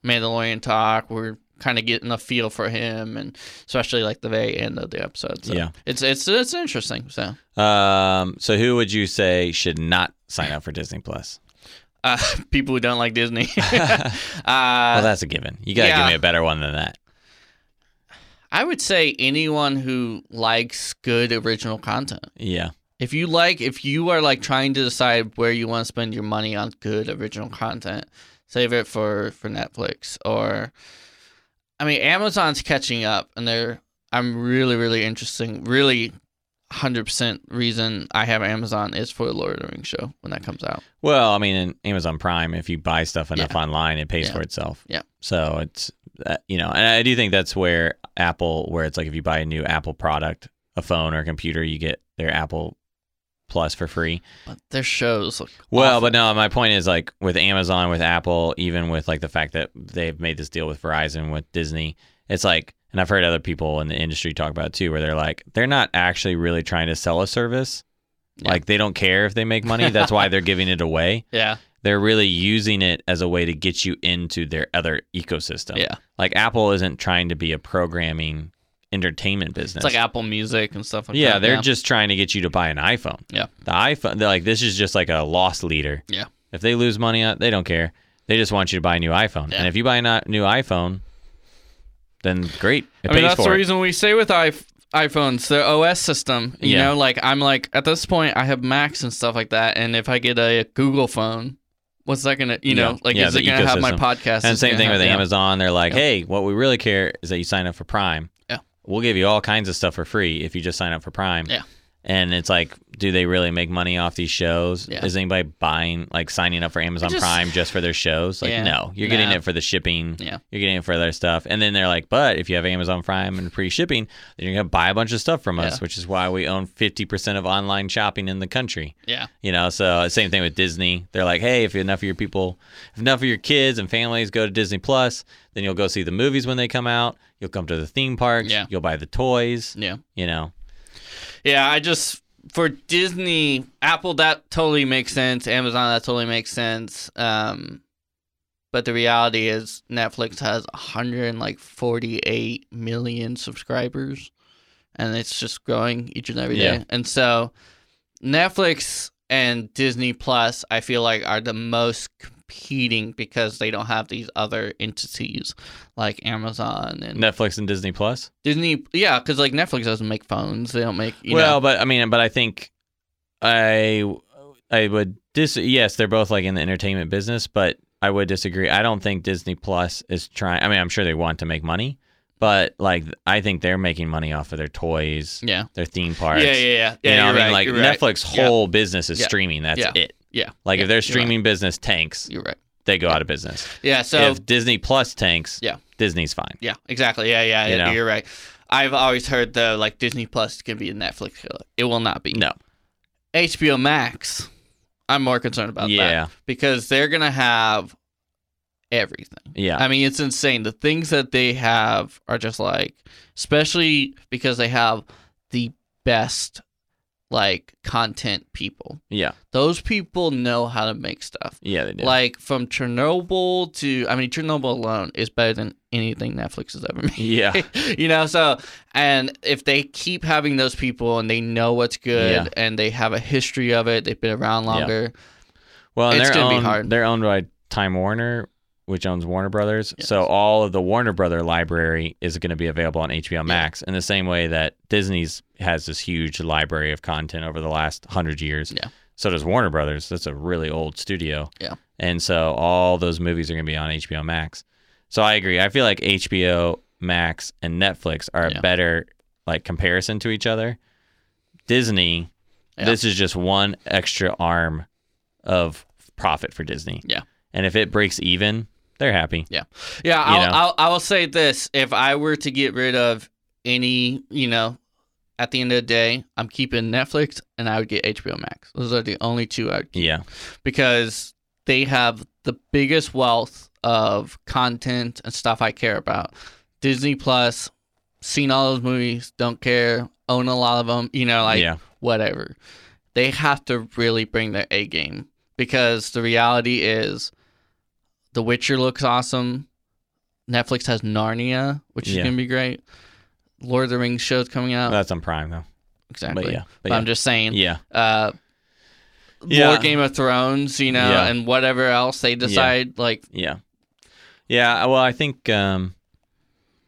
Speaker 2: mandalorian talk we're kind of getting a feel for him and especially like the very end of the episode so
Speaker 3: Yeah.
Speaker 2: it's it's it's interesting so
Speaker 3: Um. So who would you say should not sign up for
Speaker 2: <laughs>
Speaker 3: Disney Plus?
Speaker 2: uh people who don't like
Speaker 3: <laughs>
Speaker 2: disney
Speaker 3: well,
Speaker 2: uh
Speaker 3: that's a given. You gotta give
Speaker 2: yeah.
Speaker 3: me a better one than that.
Speaker 2: i would say anyone who likes good original content
Speaker 3: Yeah.
Speaker 2: If you like, if you are like trying to decide where you want to spend your money on good original content, save it for for Netflix or, I mean, Amazon's catching up and they're I'm really, really interesting. Really, hundred percent reason I have Amazon is for the Lord of the Rings show when that comes out.
Speaker 3: Well, I mean, in Amazon Prime, if you buy stuff enough
Speaker 2: Yeah.
Speaker 3: online, it pays
Speaker 2: Yeah.
Speaker 3: for itself.
Speaker 2: Yeah.
Speaker 3: So it's uh, you know, and I do think that's where Apple, where it's like if you buy a new Apple product, a phone or a computer, you get their Apple Plus for free.
Speaker 2: But their shows look
Speaker 3: Well,
Speaker 2: awful.
Speaker 3: but no, my point is like with Amazon, with Apple, even with like the fact that they've made this deal with Verizon, with Disney, it's like, and I've heard other people in the industry talk about it too, where they're like, they're not actually really trying to sell a service.
Speaker 2: Yeah.
Speaker 3: Like they don't care if they make money. That's why
Speaker 2: <laughs>
Speaker 3: they're giving it away
Speaker 2: yeah,
Speaker 3: they're really using it as a way to get you into their other ecosystem.
Speaker 2: yeah.
Speaker 3: Like Apple isn't trying to be a programming entertainment business.
Speaker 2: It's like Apple Music and stuff like
Speaker 3: yeah,
Speaker 2: that.
Speaker 3: they're just trying to get you to buy an iPhone.
Speaker 2: Yeah.
Speaker 3: The iPhone, they're like, this is just like a loss leader.
Speaker 2: Yeah.
Speaker 3: If they lose money on they don't care. They just want you to buy a new iPhone.
Speaker 2: Yeah.
Speaker 3: And if you buy a no- new iPhone, then great. It
Speaker 2: I mean,
Speaker 3: pays
Speaker 2: that's
Speaker 3: for
Speaker 2: the
Speaker 3: it.
Speaker 2: reason we say with i iPhones, their OS system. You
Speaker 3: Yeah.
Speaker 2: know, like I'm like at this point, I have Macs and stuff like that, and if I get a Google phone, what's that gonna? You know,
Speaker 3: Yeah.
Speaker 2: like
Speaker 3: Yeah,
Speaker 2: is it
Speaker 3: the
Speaker 2: gonna have my
Speaker 3: ecosystem.
Speaker 2: podcast? Is
Speaker 3: And
Speaker 2: it
Speaker 3: same
Speaker 2: gonna
Speaker 3: thing
Speaker 2: have-
Speaker 3: with
Speaker 2: yeah.
Speaker 3: Amazon. They're like,
Speaker 2: Yeah.
Speaker 3: hey, what we really care is that you sign up for Prime.
Speaker 2: Yeah.
Speaker 3: We'll give you all kinds of stuff for free if you just sign up for Prime.
Speaker 2: Yeah.
Speaker 3: And it's like, do they really make money off these shows?
Speaker 2: Yeah.
Speaker 3: Is anybody buying, like signing up for Amazon
Speaker 2: just-
Speaker 3: Prime just for their shows? Like,
Speaker 2: Yeah.
Speaker 3: no, you're getting
Speaker 2: Nah.
Speaker 3: it for the shipping.
Speaker 2: Yeah.
Speaker 3: You're getting it for their stuff. And then they're like, but if you have Amazon Prime and free shipping, then you're going to buy a bunch of stuff from us,
Speaker 2: Yeah.
Speaker 3: which is why we own 50% of online shopping in the country.
Speaker 2: Yeah,
Speaker 3: You know, so uh, same thing with Disney. They're like, hey, if enough of your people, if enough of your kids and families go to Disney Plus, then you'll go see the movies when they come out. You'll come to the theme parks.
Speaker 2: Yeah.
Speaker 3: You'll buy the toys.
Speaker 2: yeah,
Speaker 3: You know,
Speaker 2: yeah. I just for Disney, Apple that totally makes sense. Amazon that totally makes sense. Um, but the reality is Netflix has 148 million subscribers, and it's just growing each and every day.
Speaker 3: Yeah.
Speaker 2: And so, Netflix and Disney Plus, I feel like, are the most competing because they don't have these other entities like Amazon and
Speaker 3: Netflix and Disney Plus.
Speaker 2: Disney, yeah, because like Netflix doesn't make phones. They don't make you
Speaker 3: well,
Speaker 2: know.
Speaker 3: but I mean, but I think I, I would dis. Yes, they're both like in the entertainment business, but I would disagree. I don't think Disney Plus is trying. I mean, I'm sure they want to make money, but like I think they're making money off of their toys,
Speaker 2: Yeah,
Speaker 3: their theme parks.
Speaker 2: yeah, yeah, yeah.
Speaker 3: You
Speaker 2: yeah
Speaker 3: know,
Speaker 2: you're
Speaker 3: what I mean,
Speaker 2: right,
Speaker 3: like
Speaker 2: you're right.
Speaker 3: Netflix
Speaker 2: Yeah.
Speaker 3: whole business is
Speaker 2: Yeah.
Speaker 3: streaming. That's
Speaker 2: Yeah.
Speaker 3: it.
Speaker 2: Yeah,
Speaker 3: Like
Speaker 2: Yeah.
Speaker 3: if their
Speaker 2: You're
Speaker 3: streaming business tanks,
Speaker 2: you're right.
Speaker 3: they go out of business.
Speaker 2: Yeah, so
Speaker 3: if Disney Plus tanks,
Speaker 2: Yeah.
Speaker 3: Disney's fine.
Speaker 2: yeah, exactly. Yeah, yeah,
Speaker 3: You
Speaker 2: yeah
Speaker 3: know?
Speaker 2: you're right. I've always heard though, like Disney Plus can be a Netflix killer. It will not be.
Speaker 3: No.
Speaker 2: HBO Max, I'm more concerned about that
Speaker 3: yeah.
Speaker 2: because they're gonna have everything.
Speaker 3: Yeah.
Speaker 2: I mean, it's insane. The things that they have are just like, especially because they have the best like content people.
Speaker 3: yeah.
Speaker 2: Those people know how to make stuff.
Speaker 3: Yeah. They do.
Speaker 2: Like from Chernobyl to, I mean, Chernobyl alone is better than anything Netflix has ever <laughs> made.
Speaker 3: yeah.
Speaker 2: you know, so and if they keep having those people and they know what's good
Speaker 3: Yeah.
Speaker 2: and they have a history of it, they've been around
Speaker 3: Yeah.
Speaker 2: longer.
Speaker 3: Well, and
Speaker 2: It's
Speaker 3: they're
Speaker 2: gonna be
Speaker 3: owned,
Speaker 2: hard.
Speaker 3: They're owned by Time Warner, which owns Warner Brothers.
Speaker 2: Yes.
Speaker 3: So all of the Warner Brother library is going to be available on HBO Max in the same way that Disney's has this huge library of content over the last hundred years.
Speaker 2: Yeah.
Speaker 3: So does Warner Brothers. That's a really old studio.
Speaker 2: Yeah.
Speaker 3: And so all those movies are going to be on HBO Max. So I agree. I feel like HBO Max and Netflix are
Speaker 2: Yeah.
Speaker 3: a better like comparison to each other. Disney,
Speaker 2: Yeah.
Speaker 3: this is just one extra arm of profit for Disney.
Speaker 2: Yeah.
Speaker 3: And if it breaks even, they're happy.
Speaker 2: Yeah,
Speaker 3: you
Speaker 2: I'll,
Speaker 3: know?
Speaker 2: I'll, I'll say this: if I were to get rid of any, you know, at the end of the day, I'm keeping Netflix and I would get HBO Max. Those are the only two I would keep
Speaker 3: Yeah.
Speaker 2: because they have the biggest wealth of content and stuff I care about. Disney Plus, seen all those movies, don't care, own a lot of them, you know, like
Speaker 3: yeah.
Speaker 2: whatever. They have to really bring their A game because the reality is The Witcher looks awesome. Netflix has Narnia, which is
Speaker 3: Yeah.
Speaker 2: going to be great. Lord of the Rings show's coming out.
Speaker 3: That's on Prime though.
Speaker 2: uh, exactly.
Speaker 3: But yeah. But
Speaker 2: But
Speaker 3: yeah.
Speaker 2: I'm just saying,
Speaker 3: yeah.
Speaker 2: uh,
Speaker 3: Yeah.
Speaker 2: more Game of Thrones, you know,
Speaker 3: Yeah.
Speaker 2: and whatever else they decide. Like,
Speaker 3: Yeah. Yeah. I- Well, I think um,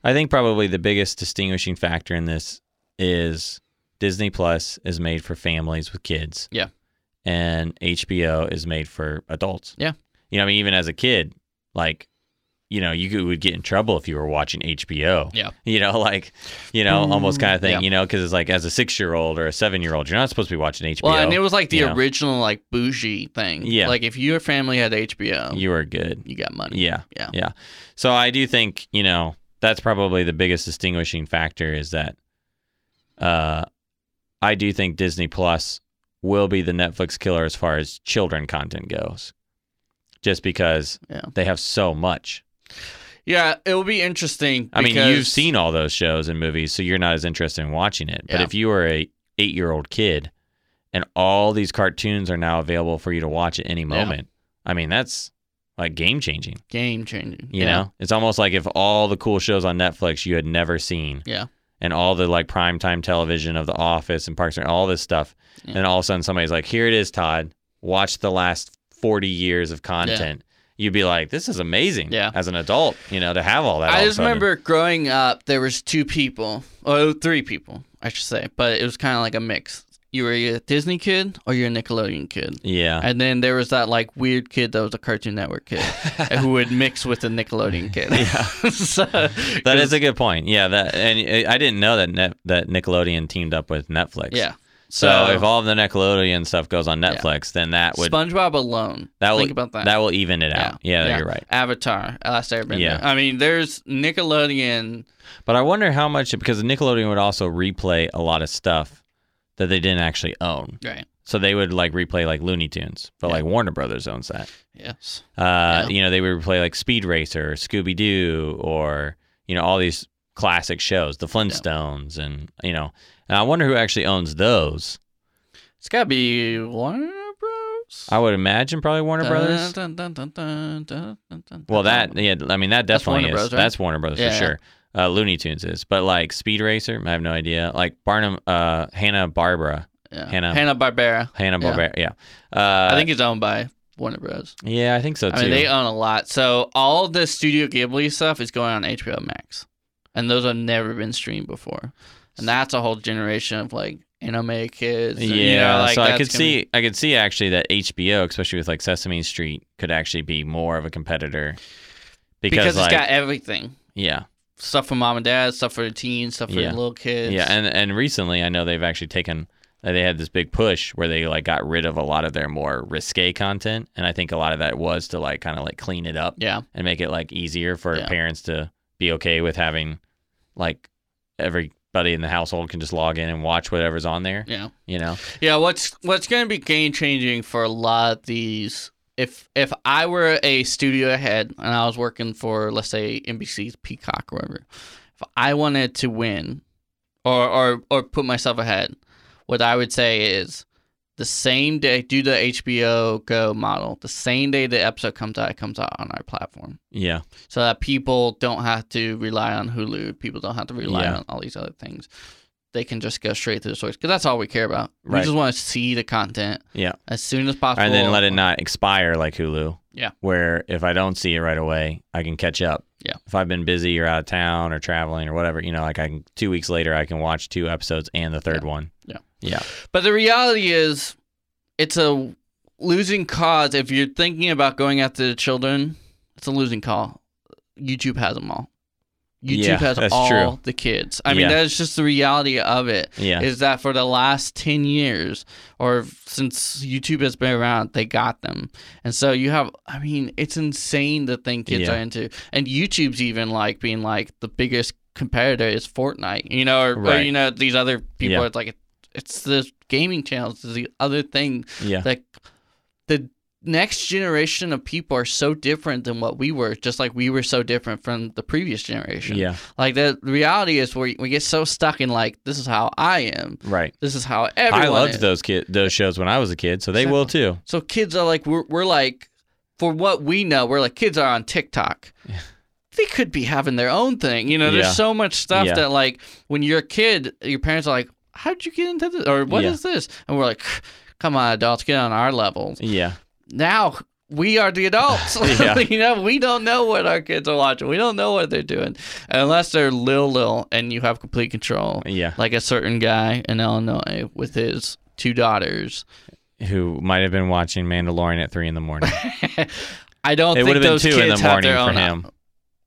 Speaker 3: I think probably the biggest distinguishing factor in this is Disney Plus is made for families with kids.
Speaker 2: Yeah.
Speaker 3: And HBO is made for adults.
Speaker 2: Yeah.
Speaker 3: You know, I mean, even as a kid, like you know, you could- would get in trouble if you were watching HBO.
Speaker 2: Yeah. Mm,
Speaker 3: You know, <laughs> like, you know, almost kind of thing,
Speaker 2: Yeah.
Speaker 3: you know, because it's like as a six year old or a seven year old, you're not supposed to be watching HBO.
Speaker 2: Well, and it was like the
Speaker 3: you know.
Speaker 2: original like bougie thing.
Speaker 3: Yeah.
Speaker 2: Like if your family had HBO, you,
Speaker 3: you were good.
Speaker 2: got money.
Speaker 3: Yeah.
Speaker 2: Yeah.
Speaker 3: Yeah. So I do think, you know, that's probably the biggest distinguishing factor is that uh I do think Disney Plus will be the Netflix killer as far as children content goes. Just because
Speaker 2: Yeah.
Speaker 3: they have so much.
Speaker 2: Yeah, it will be interesting.
Speaker 3: I mean,
Speaker 2: because-
Speaker 3: you've seen all those shows and movies, so you're not as interested in watching it. But
Speaker 2: Yeah.
Speaker 3: if you were a 8-year-old kid and all these cartoons are now available for you to watch at any moment, I mean, that's like game changing.
Speaker 2: game changing.
Speaker 3: You
Speaker 2: yeah.
Speaker 3: know, it's almost like if all the cool shows on Netflix you had never seen,
Speaker 2: Yeah.
Speaker 3: and all the like primetime television of The Office and Parks and all this stuff,
Speaker 2: Yeah.
Speaker 3: and all of a sudden somebody's like, "Here it is, Todd. Watch the last forty years of content." You'd be like, "This is amazing."
Speaker 2: Yeah.
Speaker 3: As an adult, you know, to have all that. all
Speaker 2: I
Speaker 3: of a
Speaker 2: just
Speaker 3: sudden.
Speaker 2: remember growing up, there was two people, or three people, I should say, but it was kind of like a mix. You were a Disney kid or you're a Nickelodeon kid.
Speaker 3: Yeah.
Speaker 2: <laughs> And then there was that like weird kid that was a Cartoon Network
Speaker 3: <laughs>
Speaker 2: kid who would mix with the Nickelodeon kid. Yeah. <laughs> so,
Speaker 3: That is a good point. Yeah, that and I I didn't know that Net, that Nickelodeon teamed up with Netflix.
Speaker 2: yeah.
Speaker 3: So, if all of the Nickelodeon stuff goes on Netflix, then that would
Speaker 2: SpongeBob alone.
Speaker 3: that
Speaker 2: think
Speaker 3: would
Speaker 2: about that.
Speaker 3: that will even it out. yeah. you're right.
Speaker 2: Avatar, Last Airbender.
Speaker 3: Yeah.
Speaker 2: I mean, there's Nickelodeon.
Speaker 3: But I wonder how much because Nickelodeon would also replay a lot of stuff that they didn't actually own.
Speaker 2: Right.
Speaker 3: So they would like replay like Looney Tunes, but
Speaker 2: Yeah.
Speaker 3: like Warner Brothers owns that.
Speaker 2: Yes.
Speaker 3: Uh,
Speaker 2: Yeah.
Speaker 3: You know, they would replay like Speed Racer, Scooby Doo, or you know all these classic shows, The Flintstones, and you know. And I wonder who actually owns those.
Speaker 2: It's got to be Warner Bros.
Speaker 3: I would imagine probably Uh, Warner
Speaker 2: Uh,
Speaker 3: Brothers.
Speaker 2: Dun, dun, dun, dun, dun, dun, dun,
Speaker 3: Well,
Speaker 2: dun.
Speaker 3: that yeah, I mean that
Speaker 2: That's
Speaker 3: definitely
Speaker 2: Warner
Speaker 3: is.
Speaker 2: Bros, right?
Speaker 3: That's Warner Brothers
Speaker 2: Yeah,
Speaker 3: for
Speaker 2: yeah.
Speaker 3: sure. Uh, Looney Tunes is, but like Speed Racer, I have no idea. Like Barnum, uh, Hannah Barbera,
Speaker 2: Yeah.
Speaker 3: Hanna-
Speaker 2: Hanna Barbera.
Speaker 3: Hannah Barbera. Yeah. Uh,
Speaker 2: I think it's owned by Warner Bros.
Speaker 3: Yeah, I think so too.
Speaker 2: I mean, they own a lot. So all the Studio Ghibli stuff is going on HBO Max, and those have never been streamed before, and that's a whole generation of like anime kids. and,
Speaker 3: yeah,
Speaker 2: you know, like
Speaker 3: so I
Speaker 2: that's
Speaker 3: could
Speaker 2: gonna
Speaker 3: see, I could see actually that HBO, especially with like Sesame Street, could actually be more of a competitor
Speaker 2: be-
Speaker 3: because, like,
Speaker 2: it's got everything.
Speaker 3: yeah,
Speaker 2: Stuff for mom and dad, stuff for the teens, stuff for
Speaker 3: Yeah.
Speaker 2: the little kids.
Speaker 3: yeah, and and recently I know they've actually taken, uh, they had this big push where they like got rid of a lot of their more risque content, and I think a lot of that was to like kind of like clean it up
Speaker 2: yeah,
Speaker 3: and make it like easier for
Speaker 2: Yeah.
Speaker 3: parents to be okay with having, like, everybody in the household can just log in and watch whatever's on there,
Speaker 2: yeah,
Speaker 3: you know.
Speaker 2: yeah. What's what's going to be game changing for a lot of these? If if I were a studio head and I was working for let's say NBC's Peacock or whatever, if I wanted to win, or or or put myself ahead, what I would say is the same day do the HBO Go model. The same day the episode comes out, it comes out on our platform.
Speaker 3: Yeah.
Speaker 2: so that people don't have to rely on Hulu. People don't have to rely
Speaker 3: Yeah.
Speaker 2: on all these other things. They can just go straight to the source because that's all we care about.
Speaker 3: Right.
Speaker 2: We just want to see the content
Speaker 3: Yeah.
Speaker 2: as soon as possible.
Speaker 3: and then let it not expire like Hulu.
Speaker 2: Yeah.
Speaker 3: Where if I don't see it right away, I can catch up.
Speaker 2: Yeah.
Speaker 3: If I've been busy or out of town or traveling or whatever, you know, like I can two weeks later I can watch two episodes and the third one.
Speaker 2: But the reality is, it's a losing cause. If you're thinking about going after the children, it's a losing call. YouTube has them all. YouTube
Speaker 3: Yeah,
Speaker 2: has
Speaker 3: that's
Speaker 2: all
Speaker 3: true.
Speaker 2: the kids. I
Speaker 3: Yeah.
Speaker 2: mean, that's just the reality of it.
Speaker 3: Yeah.
Speaker 2: is that for the last 10 years or since YouTube has been around, they got them. And so you have, I mean, it's insane the thing kids
Speaker 3: Yeah.
Speaker 2: are into. And YouTube's even like being like the biggest competitor is Fortnite, you know, or, or
Speaker 3: Right.
Speaker 2: you know, these other people.
Speaker 3: Yeah.
Speaker 2: It's like, it's the gaming channels, is the other thing
Speaker 3: yeah.
Speaker 2: like the next generation of people are so different than what we were just like we were so different from the previous generation
Speaker 3: Yeah.
Speaker 2: like the reality is we, we get so stuck in like this is how i am
Speaker 3: Right.
Speaker 2: this is how everyone.
Speaker 3: I loved
Speaker 2: is.
Speaker 3: those kid those shows when I was a kid, so they will too.
Speaker 2: So kids are like, we're, we're like, for what we know, we're like kids are on TikTok. They could be having their own thing. You know,
Speaker 3: Yeah.
Speaker 2: there's so much stuff
Speaker 3: Yeah.
Speaker 2: that like when you're a kid, your parents are like, how'd you get into this or what is
Speaker 3: Yeah.
Speaker 2: this? And we're like, come on, adults, get on our level.
Speaker 3: Yeah.
Speaker 2: Now. We are the adults.
Speaker 3: <laughs> Yeah.
Speaker 2: <laughs> you know, we don't know what our kids are watching. We don't know what they're doing. Unless they're lil lil and you have complete control
Speaker 3: Yeah.
Speaker 2: like a certain guy in Illinois with his two daughters.
Speaker 3: Who might have been watching Mandalorian at three in the morning.
Speaker 2: <laughs> I don't
Speaker 3: it would
Speaker 2: think
Speaker 3: have been
Speaker 2: those
Speaker 3: two
Speaker 2: kids
Speaker 3: in the
Speaker 2: have
Speaker 3: morning
Speaker 2: their
Speaker 3: for
Speaker 2: own. uh,
Speaker 3: him.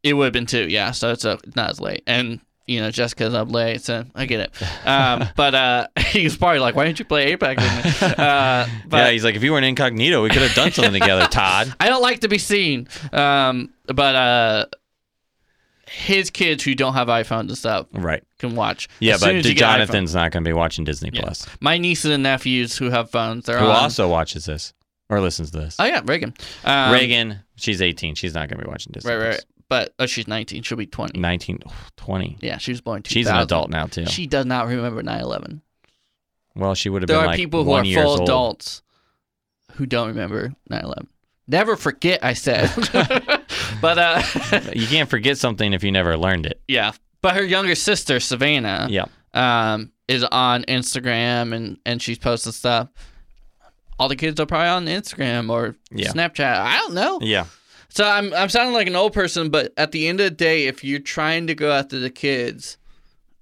Speaker 2: It would have been two, yeah. So it's, uh it's not as late, and you know Jessica's up late, so I get it. Um,
Speaker 3: <laughs>
Speaker 2: but uh, <laughs> he was probably like, "Why didn't you play Apex?" With me? Uh, but
Speaker 3: yeah, he's like, if you weren't incognito, we could have done something
Speaker 2: <laughs>
Speaker 3: together, Todd.
Speaker 2: I don't like to be seen. Um, but uh, his kids who don't have iPhones and stuff
Speaker 3: Right.
Speaker 2: can watch.
Speaker 3: Yeah,
Speaker 2: As soon
Speaker 3: but
Speaker 2: as you get an
Speaker 3: Jonathan's not going to be watching Disney
Speaker 2: Yeah.
Speaker 3: Plus.
Speaker 2: iPhone- My nieces and nephews who have phones, they're
Speaker 3: Who
Speaker 2: on.
Speaker 3: also watches this or listens to this?
Speaker 2: Oh yeah, Reagan. Um,
Speaker 3: Reagan, she's 18. She's not going to be watching Disney
Speaker 2: Right, right.
Speaker 3: Plus.
Speaker 2: right. But oh, she's 19. She'll be 20.
Speaker 3: 19, <sighs> oh, 20.
Speaker 2: Yeah, she was born. 2000.
Speaker 3: She's an adult now too.
Speaker 2: She does not remember 9/11.
Speaker 3: well, she would have
Speaker 2: There
Speaker 3: been
Speaker 2: are
Speaker 3: like
Speaker 2: people who
Speaker 3: one
Speaker 2: are
Speaker 3: years
Speaker 2: full
Speaker 3: old.
Speaker 2: adults who don't remember 9/11. Never forget, I said. <laughs> but uh, <laughs>
Speaker 3: You can't forget something if you never learned it.
Speaker 2: yeah. But her younger sister Savannah.
Speaker 3: Yeah.
Speaker 2: um, is on Instagram and, and she's posting stuff. All the kids are probably on Instagram or
Speaker 3: Yeah.
Speaker 2: Snapchat. I don't know.
Speaker 3: Yeah.
Speaker 2: So I'm I'm sounding like an old person, but at the end of the day, if you're trying to go after the kids,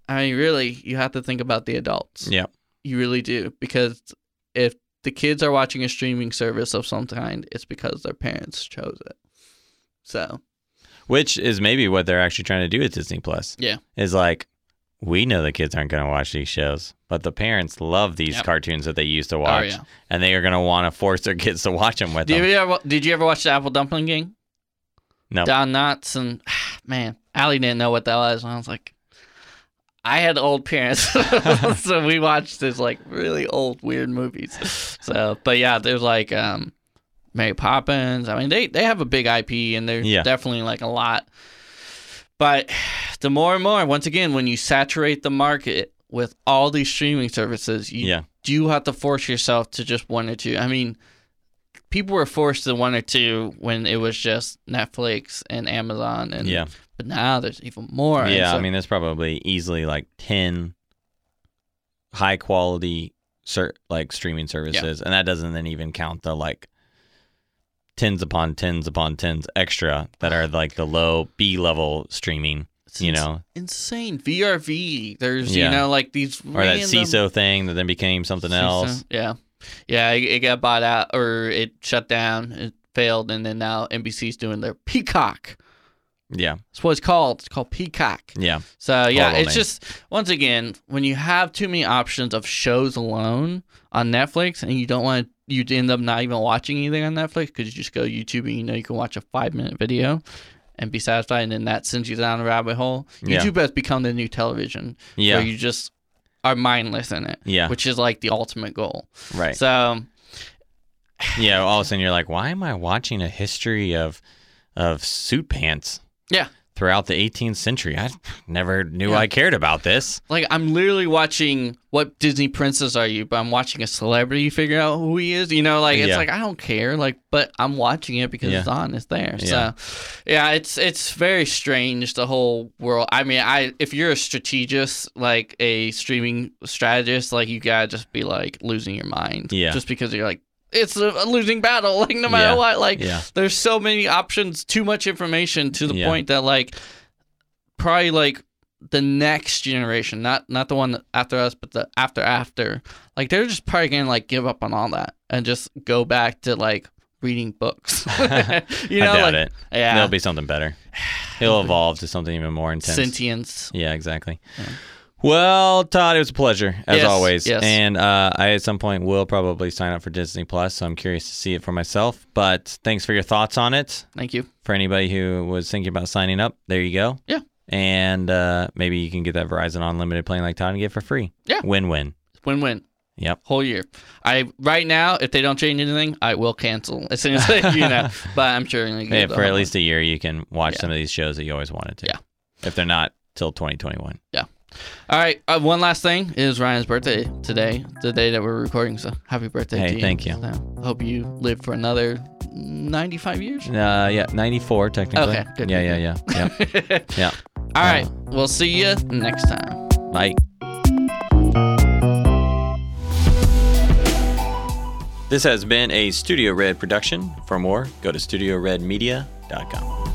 Speaker 2: I mean, really, you have to think about the adults.
Speaker 3: Yeah.
Speaker 2: You really do, because if the kids are watching a streaming service of some kind, it's because their parents chose it. So
Speaker 3: Which is maybe what they're actually trying to do with Disney Plus.
Speaker 2: Yeah.
Speaker 3: Is like, we know the kids aren't going to watch these shows, but the parents love these
Speaker 2: Yep. Oh,
Speaker 3: cartoons that they used to watch,
Speaker 2: yeah.
Speaker 3: and they are going to want to force their kids to watch them with
Speaker 2: did
Speaker 3: them.
Speaker 2: you ever did you ever watch the Apple Dumpling Gang?
Speaker 3: No.
Speaker 2: Don Knotts and <sighs> man, Allie didn't know what that was. And I was like, I had old parents, <laughs> so we watched this like really old weird movies. So, but yeah, there's like um, Mary Poppins. I mean, they they have a big IP and they're
Speaker 3: Yeah.
Speaker 2: definitely like a lot. But the more and more, once again, when you saturate the market with all these streaming services, you
Speaker 3: Yeah.
Speaker 2: do have to force yourself to just one or two. I mean, people were forced to one or two when it was just Netflix and Amazon, and
Speaker 3: Yeah.
Speaker 2: But now there's even more. and
Speaker 3: yeah.
Speaker 2: so-
Speaker 3: I mean, there's probably easily like 10 high quality ser- like streaming services, and that doesn't then even count the like tens upon tens upon tens extra that are like the low B level streaming,
Speaker 2: it's
Speaker 3: you
Speaker 2: ins-
Speaker 3: know,
Speaker 2: insane VRV. There's
Speaker 3: Yeah.
Speaker 2: you know like these
Speaker 3: or that
Speaker 2: random-
Speaker 3: CISO thing that then became something
Speaker 2: CISO,
Speaker 3: else.
Speaker 2: Yeah, yeah, it, it got bought out or it shut down. It failed, and then now NBC's doing their Peacock.
Speaker 3: Yeah,
Speaker 2: That's what it's called. It's called Peacock.
Speaker 3: yeah,
Speaker 2: So yeah,
Speaker 3: Horrible
Speaker 2: it's
Speaker 3: name.
Speaker 2: just once again when you have too many options of shows alone on Netflix, and you don't want to, you end up not even watching anything on Netflix because you just go YouTube and you know you can watch a five minute video and be satisfied, and then that sends you down a rabbit hole.
Speaker 3: Yeah.
Speaker 2: YouTube has become the new television,
Speaker 3: yeah,
Speaker 2: where you just are mindless in it,
Speaker 3: yeah.
Speaker 2: which is like the ultimate goal.
Speaker 3: right.
Speaker 2: So
Speaker 3: yeah, all of a sudden you're like, why am I watching a history of of suit pants?
Speaker 2: Yeah.
Speaker 3: Throughout the 18th century, I never knew
Speaker 2: Yeah.
Speaker 3: I cared about this.
Speaker 2: like I'm literally watching what Disney princess are you, but I'm watching a celebrity figure out who he is. You know, like it's
Speaker 3: Yeah.
Speaker 2: like I don't care, like but I'm watching it because
Speaker 3: Yeah.
Speaker 2: it's on, it's there.
Speaker 3: Yeah.
Speaker 2: So yeah, it's it's very strange the whole world. I mean, I if you're a strategist, like a streaming strategist, like you gotta just be like losing your mind.
Speaker 3: Yeah.
Speaker 2: Just because you're like it's a, a losing battle, <laughs> like no matter
Speaker 3: Yeah.
Speaker 2: what. Like
Speaker 3: Yeah.
Speaker 2: there's so many options, too much information to the
Speaker 3: Yeah.
Speaker 2: point that like probably like the next generation, not not the one after us, but the after after, like they're just probably gonna like give up on all that and just go back to like reading books. <laughs> you know,
Speaker 3: <laughs> I doubt
Speaker 2: like
Speaker 3: it.
Speaker 2: yeah,
Speaker 3: There'll be something better. It'll evolve to something even more intense.
Speaker 2: sentience.
Speaker 3: Yeah, exactly.
Speaker 2: Yeah.
Speaker 3: Well, Todd, it was a pleasure as
Speaker 2: Yes,
Speaker 3: always.
Speaker 2: yes.
Speaker 3: And uh, I at some point will probably sign up for Disney Plus, so I'm curious to see it for myself. But thanks for your thoughts on it.
Speaker 2: Thank you.
Speaker 3: For anybody who was thinking about signing up, there you go.
Speaker 2: Yeah.
Speaker 3: And uh, maybe you can get that Verizon unlimited plan like Todd and get it for free.
Speaker 2: Yeah.
Speaker 3: Win-win.
Speaker 2: Win win.
Speaker 3: Yep.
Speaker 2: Whole year. I right now, if they don't change anything, I will cancel as soon as you
Speaker 3: <laughs>
Speaker 2: know. But I'm sure. they're gonna
Speaker 3: Yeah,
Speaker 2: give the
Speaker 3: for
Speaker 2: whole
Speaker 3: at
Speaker 2: one.
Speaker 3: least a year, you can watch
Speaker 2: Yeah.
Speaker 3: some of these shows that you always wanted to.
Speaker 2: Yeah.
Speaker 3: If they're not till 2021.
Speaker 2: All right. Uh, one last thing it is Ryan's birthday today, the day that we're recording. So happy birthday
Speaker 3: Hey,
Speaker 2: to you.
Speaker 3: thank you.
Speaker 2: So, hope you live for another 95 years.
Speaker 3: Uh, yeah, 94 technically.
Speaker 2: Okay, good,
Speaker 3: yeah,
Speaker 2: good,
Speaker 3: yeah,
Speaker 2: good.
Speaker 3: yeah, yeah.
Speaker 2: <laughs>
Speaker 3: Yeah.
Speaker 2: All right. We'll see you next time.
Speaker 3: Bye. This has been a Studio Red production. For more, go to studioredmedia.com.